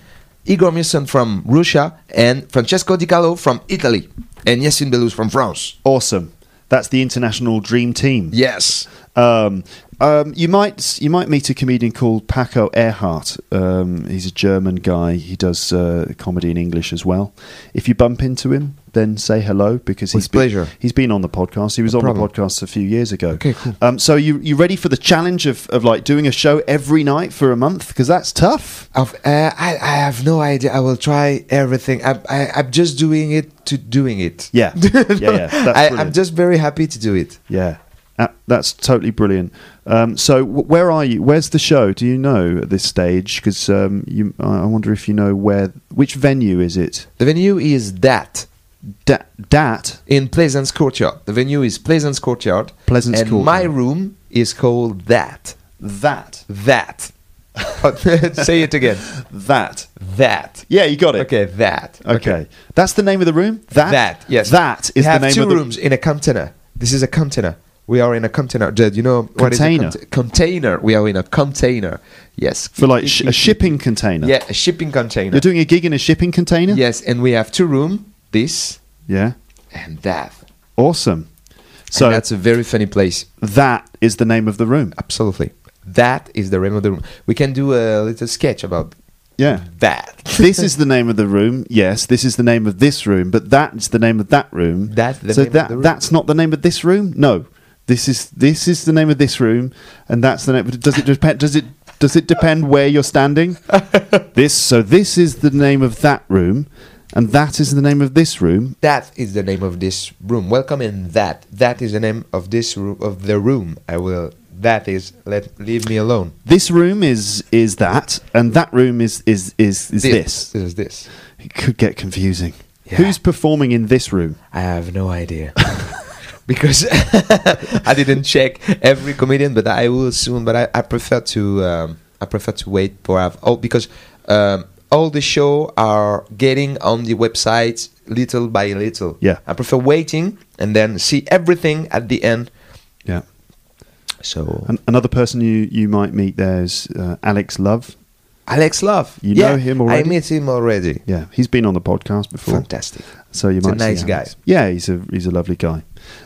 S3: Igor Mirson from Russia, and Francesco Di Calo from Italy, and Yassine Belouz from France.
S1: Awesome. That's the international dream team.
S3: Yes.
S1: Um, um, you might you might meet a comedian called Paco Ehrhardt. Um, he's a German guy. He does uh, comedy in English as well. If you bump into him, then say hello because
S3: With
S1: he's been-
S3: pleasure.
S1: he's been on the podcast. He was on
S3: problem.
S1: the podcast a few years ago.
S3: Okay, cool.
S1: Um, so you you ready for the challenge of, of like doing a show every night for a month? Because that's tough.
S3: I've, uh, I, I have no idea. I will try everything. I, I, I'm just doing it to doing it.
S1: Yeah, yeah, yeah. That's
S3: I, I'm
S1: brilliant.
S3: just very happy to do it.
S1: Yeah. Uh, that's totally brilliant. Um, so, w- where are you? Where's the show? Do you know at this stage? Because um, you, I I wonder if you know where, which venue is it?
S3: The venue is that.
S1: Da- dat.
S3: in Pleasance Courtyard. The venue is Pleasance Courtyard.
S1: Pleasance
S3: and
S1: Courtyard.
S3: my room is called that.
S1: That.
S3: That. Say it again.
S1: That.
S3: That.
S1: Yeah, you got it.
S3: Okay, that.
S1: Okay. That's the name of the room? That?
S3: That. Yes.
S1: That
S3: We
S1: is the
S3: have
S1: name
S3: two
S1: of the
S3: rooms in a container. This is a container. We are in a container. Dad, you know what is
S1: Container.
S3: a cont- container? We are in a container. Yes.
S1: For like sh- a shipping container.
S3: Yeah, a shipping container.
S1: You're doing a gig in a shipping container?
S3: Yes, and we have two room, this
S1: Yeah.
S3: and that.
S1: Awesome.
S3: So
S1: So,
S3: that's a very funny place.
S1: that is the name of the room.
S3: Absolutely. That is the realm of the room. We can do a little sketch about
S1: Yeah.
S3: That.
S1: this is the name of the room. Yes, this is the name of this room, but that's the name of that room.
S3: That's the
S1: so
S3: name of
S1: that
S3: the room.
S1: that's not the name of this room. No, this is this is the name of this room, and that's the name. But does it depend? Does it does it depend where you're standing? this so this is the name of that room, and that is the name of this room.
S3: That is the name of this room. Welcome in that. That is the name of this room of the room. I will. That is. Let leave me alone.
S1: This room is is that, and that room is is is is this.
S3: This is this.
S1: It could get confusing.
S3: Yeah.
S1: Who's performing in this room?
S3: I have no idea. because I didn't check every comedian, but I will soon. But I, I prefer to um, I prefer to wait for have oh because um, all the show are getting on the website little by little.
S1: Yeah.
S3: I prefer waiting and then see everything at the end.
S1: Yeah.
S3: So
S1: An- another person you, you might meet there is uh, Alex Love.
S3: Alex Love,
S1: You
S3: yeah,
S1: know him already?
S3: I met him already.
S1: Yeah, he's been on the podcast before.
S3: Fantastic.
S1: So you
S3: He's a
S1: might see
S3: nice
S1: Alex. Yeah, he's a he's a lovely guy.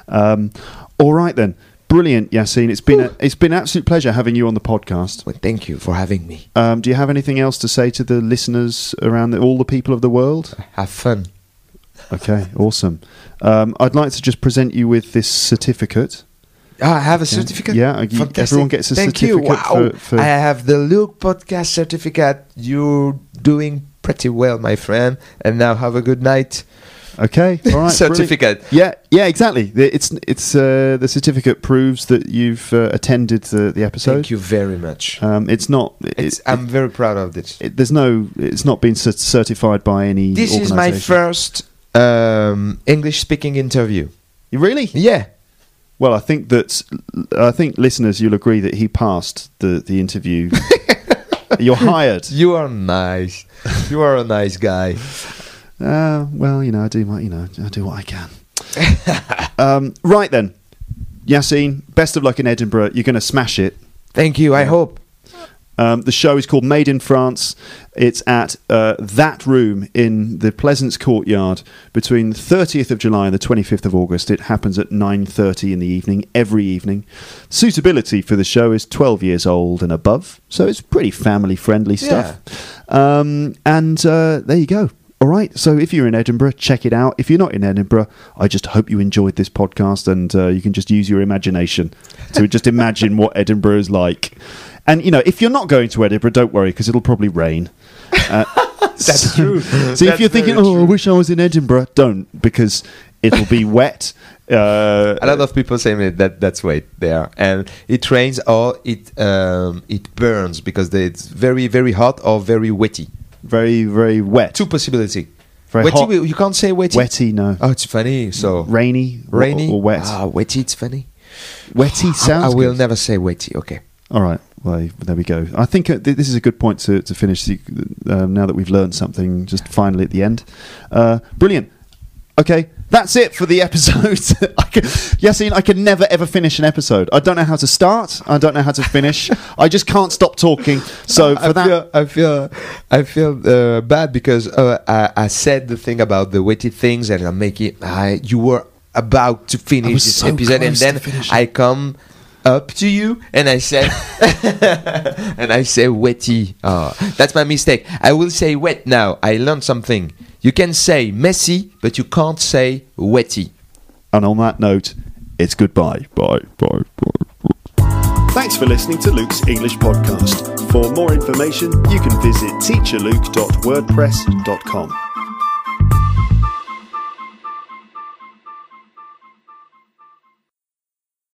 S1: Um, all right then, brilliant, Yassine. It's been a, it's been an absolute pleasure having you on the podcast.
S3: Well, thank you for having me.
S1: Um, do you have anything else to say to the listeners around the, all the people of the world?
S3: Have fun.
S1: Okay, awesome. Um, I'd like to just present you with this certificate.
S3: Ah, I have a certificate.
S1: Yeah, you- everyone gets a
S3: Thank You.
S1: certificate
S3: Wow.
S1: for- for-
S3: I have the Luke podcast certificate. You're doing pretty well, my friend. And now have a good night.
S1: Okay, all right. brilliant.
S3: certificate.
S1: Yeah, yeah, exactly. The- It's it's uh, the certificate proves that you've uh, attended the, the episode.
S3: Thank you very much.
S1: Um, it's not. it-
S3: It's,
S1: it-
S3: I'm very proud of this.
S1: it- there's no. It's not been cer- certified by any.
S3: This is my
S1: organisation.
S3: first um, English speaking interview.
S1: Really?
S3: Yeah.
S1: Well, I think that I think listeners, you'll agree that he passed the the interview. You're hired.
S3: You are nice. You are a nice guy.
S1: Uh, well, you know, I do my, you know, I do what I can. um, right then, Yassine, best of luck in Edinburgh. You're going to smash it.
S3: Thank you. I hope.
S1: Um, the show is called Made in France. It's at uh, that room in the Pleasance Courtyard between the 30th of July and the 25th of August. It happens at 9:30 in the evening every evening. Suitability for the show is 12 years old and above, so it's pretty family friendly stuff. Um, and uh, there you go. All right. So if you're in Edinburgh, check it out. If you're not in Edinburgh, I just hope you enjoyed this podcast and uh, you can just use your imagination to just imagine what Edinburgh is like. And, you know, if you're not going to Edinburgh, don't worry because it'll probably rain. Uh,
S3: That's true.
S1: So if
S3: That's
S1: you're thinking,
S3: very
S1: oh, I
S3: true."
S1: wish I was in Edinburgh, don't because it'll be wet. Uh,
S3: a lot of people say that, that that's why they are and it rains or it um, it burns because they- it's very very hot or very wetty
S1: very, very wet.
S3: two possibility
S1: Very
S3: wetty
S1: hot.
S3: we- you can't say wetty
S1: Wetty, no.
S3: oh it's funny so
S1: Rainy, or-
S3: rainy
S1: or, wet.
S3: ah wetty it's funny
S1: Wetty
S3: I-
S1: sounds.
S3: I, will
S1: good.
S3: never say wetty okay
S1: All right. Well, there we go. I think uh, th- this is a good point to, to finish the- um, now that we've learned something just finally at the end. Uh, brilliant. Okay, that's it for the episode. I can, Yassine, I can never ever finish an episode. I don't know how to start. I don't know how to finish. I just can't stop talking. So for
S3: I
S1: that,
S3: feel, I feel, I feel uh, bad because uh, I, I said the thing about the wetty things, and I'm making. I you were about to finish
S1: was
S3: this
S1: so
S3: episode, and
S1: close to
S3: then
S1: finishing.
S3: I come up to you and I said, and I say wetty. Oh, that's my mistake. I will say wet now. I learned something. You can say messy, but you can't say wetty.
S1: and on that note, it's goodbye. Bye. Bye. Bye.
S2: Thanks for listening to Luke's English podcast. For more information, you can visit teacherluke.wordpress.com.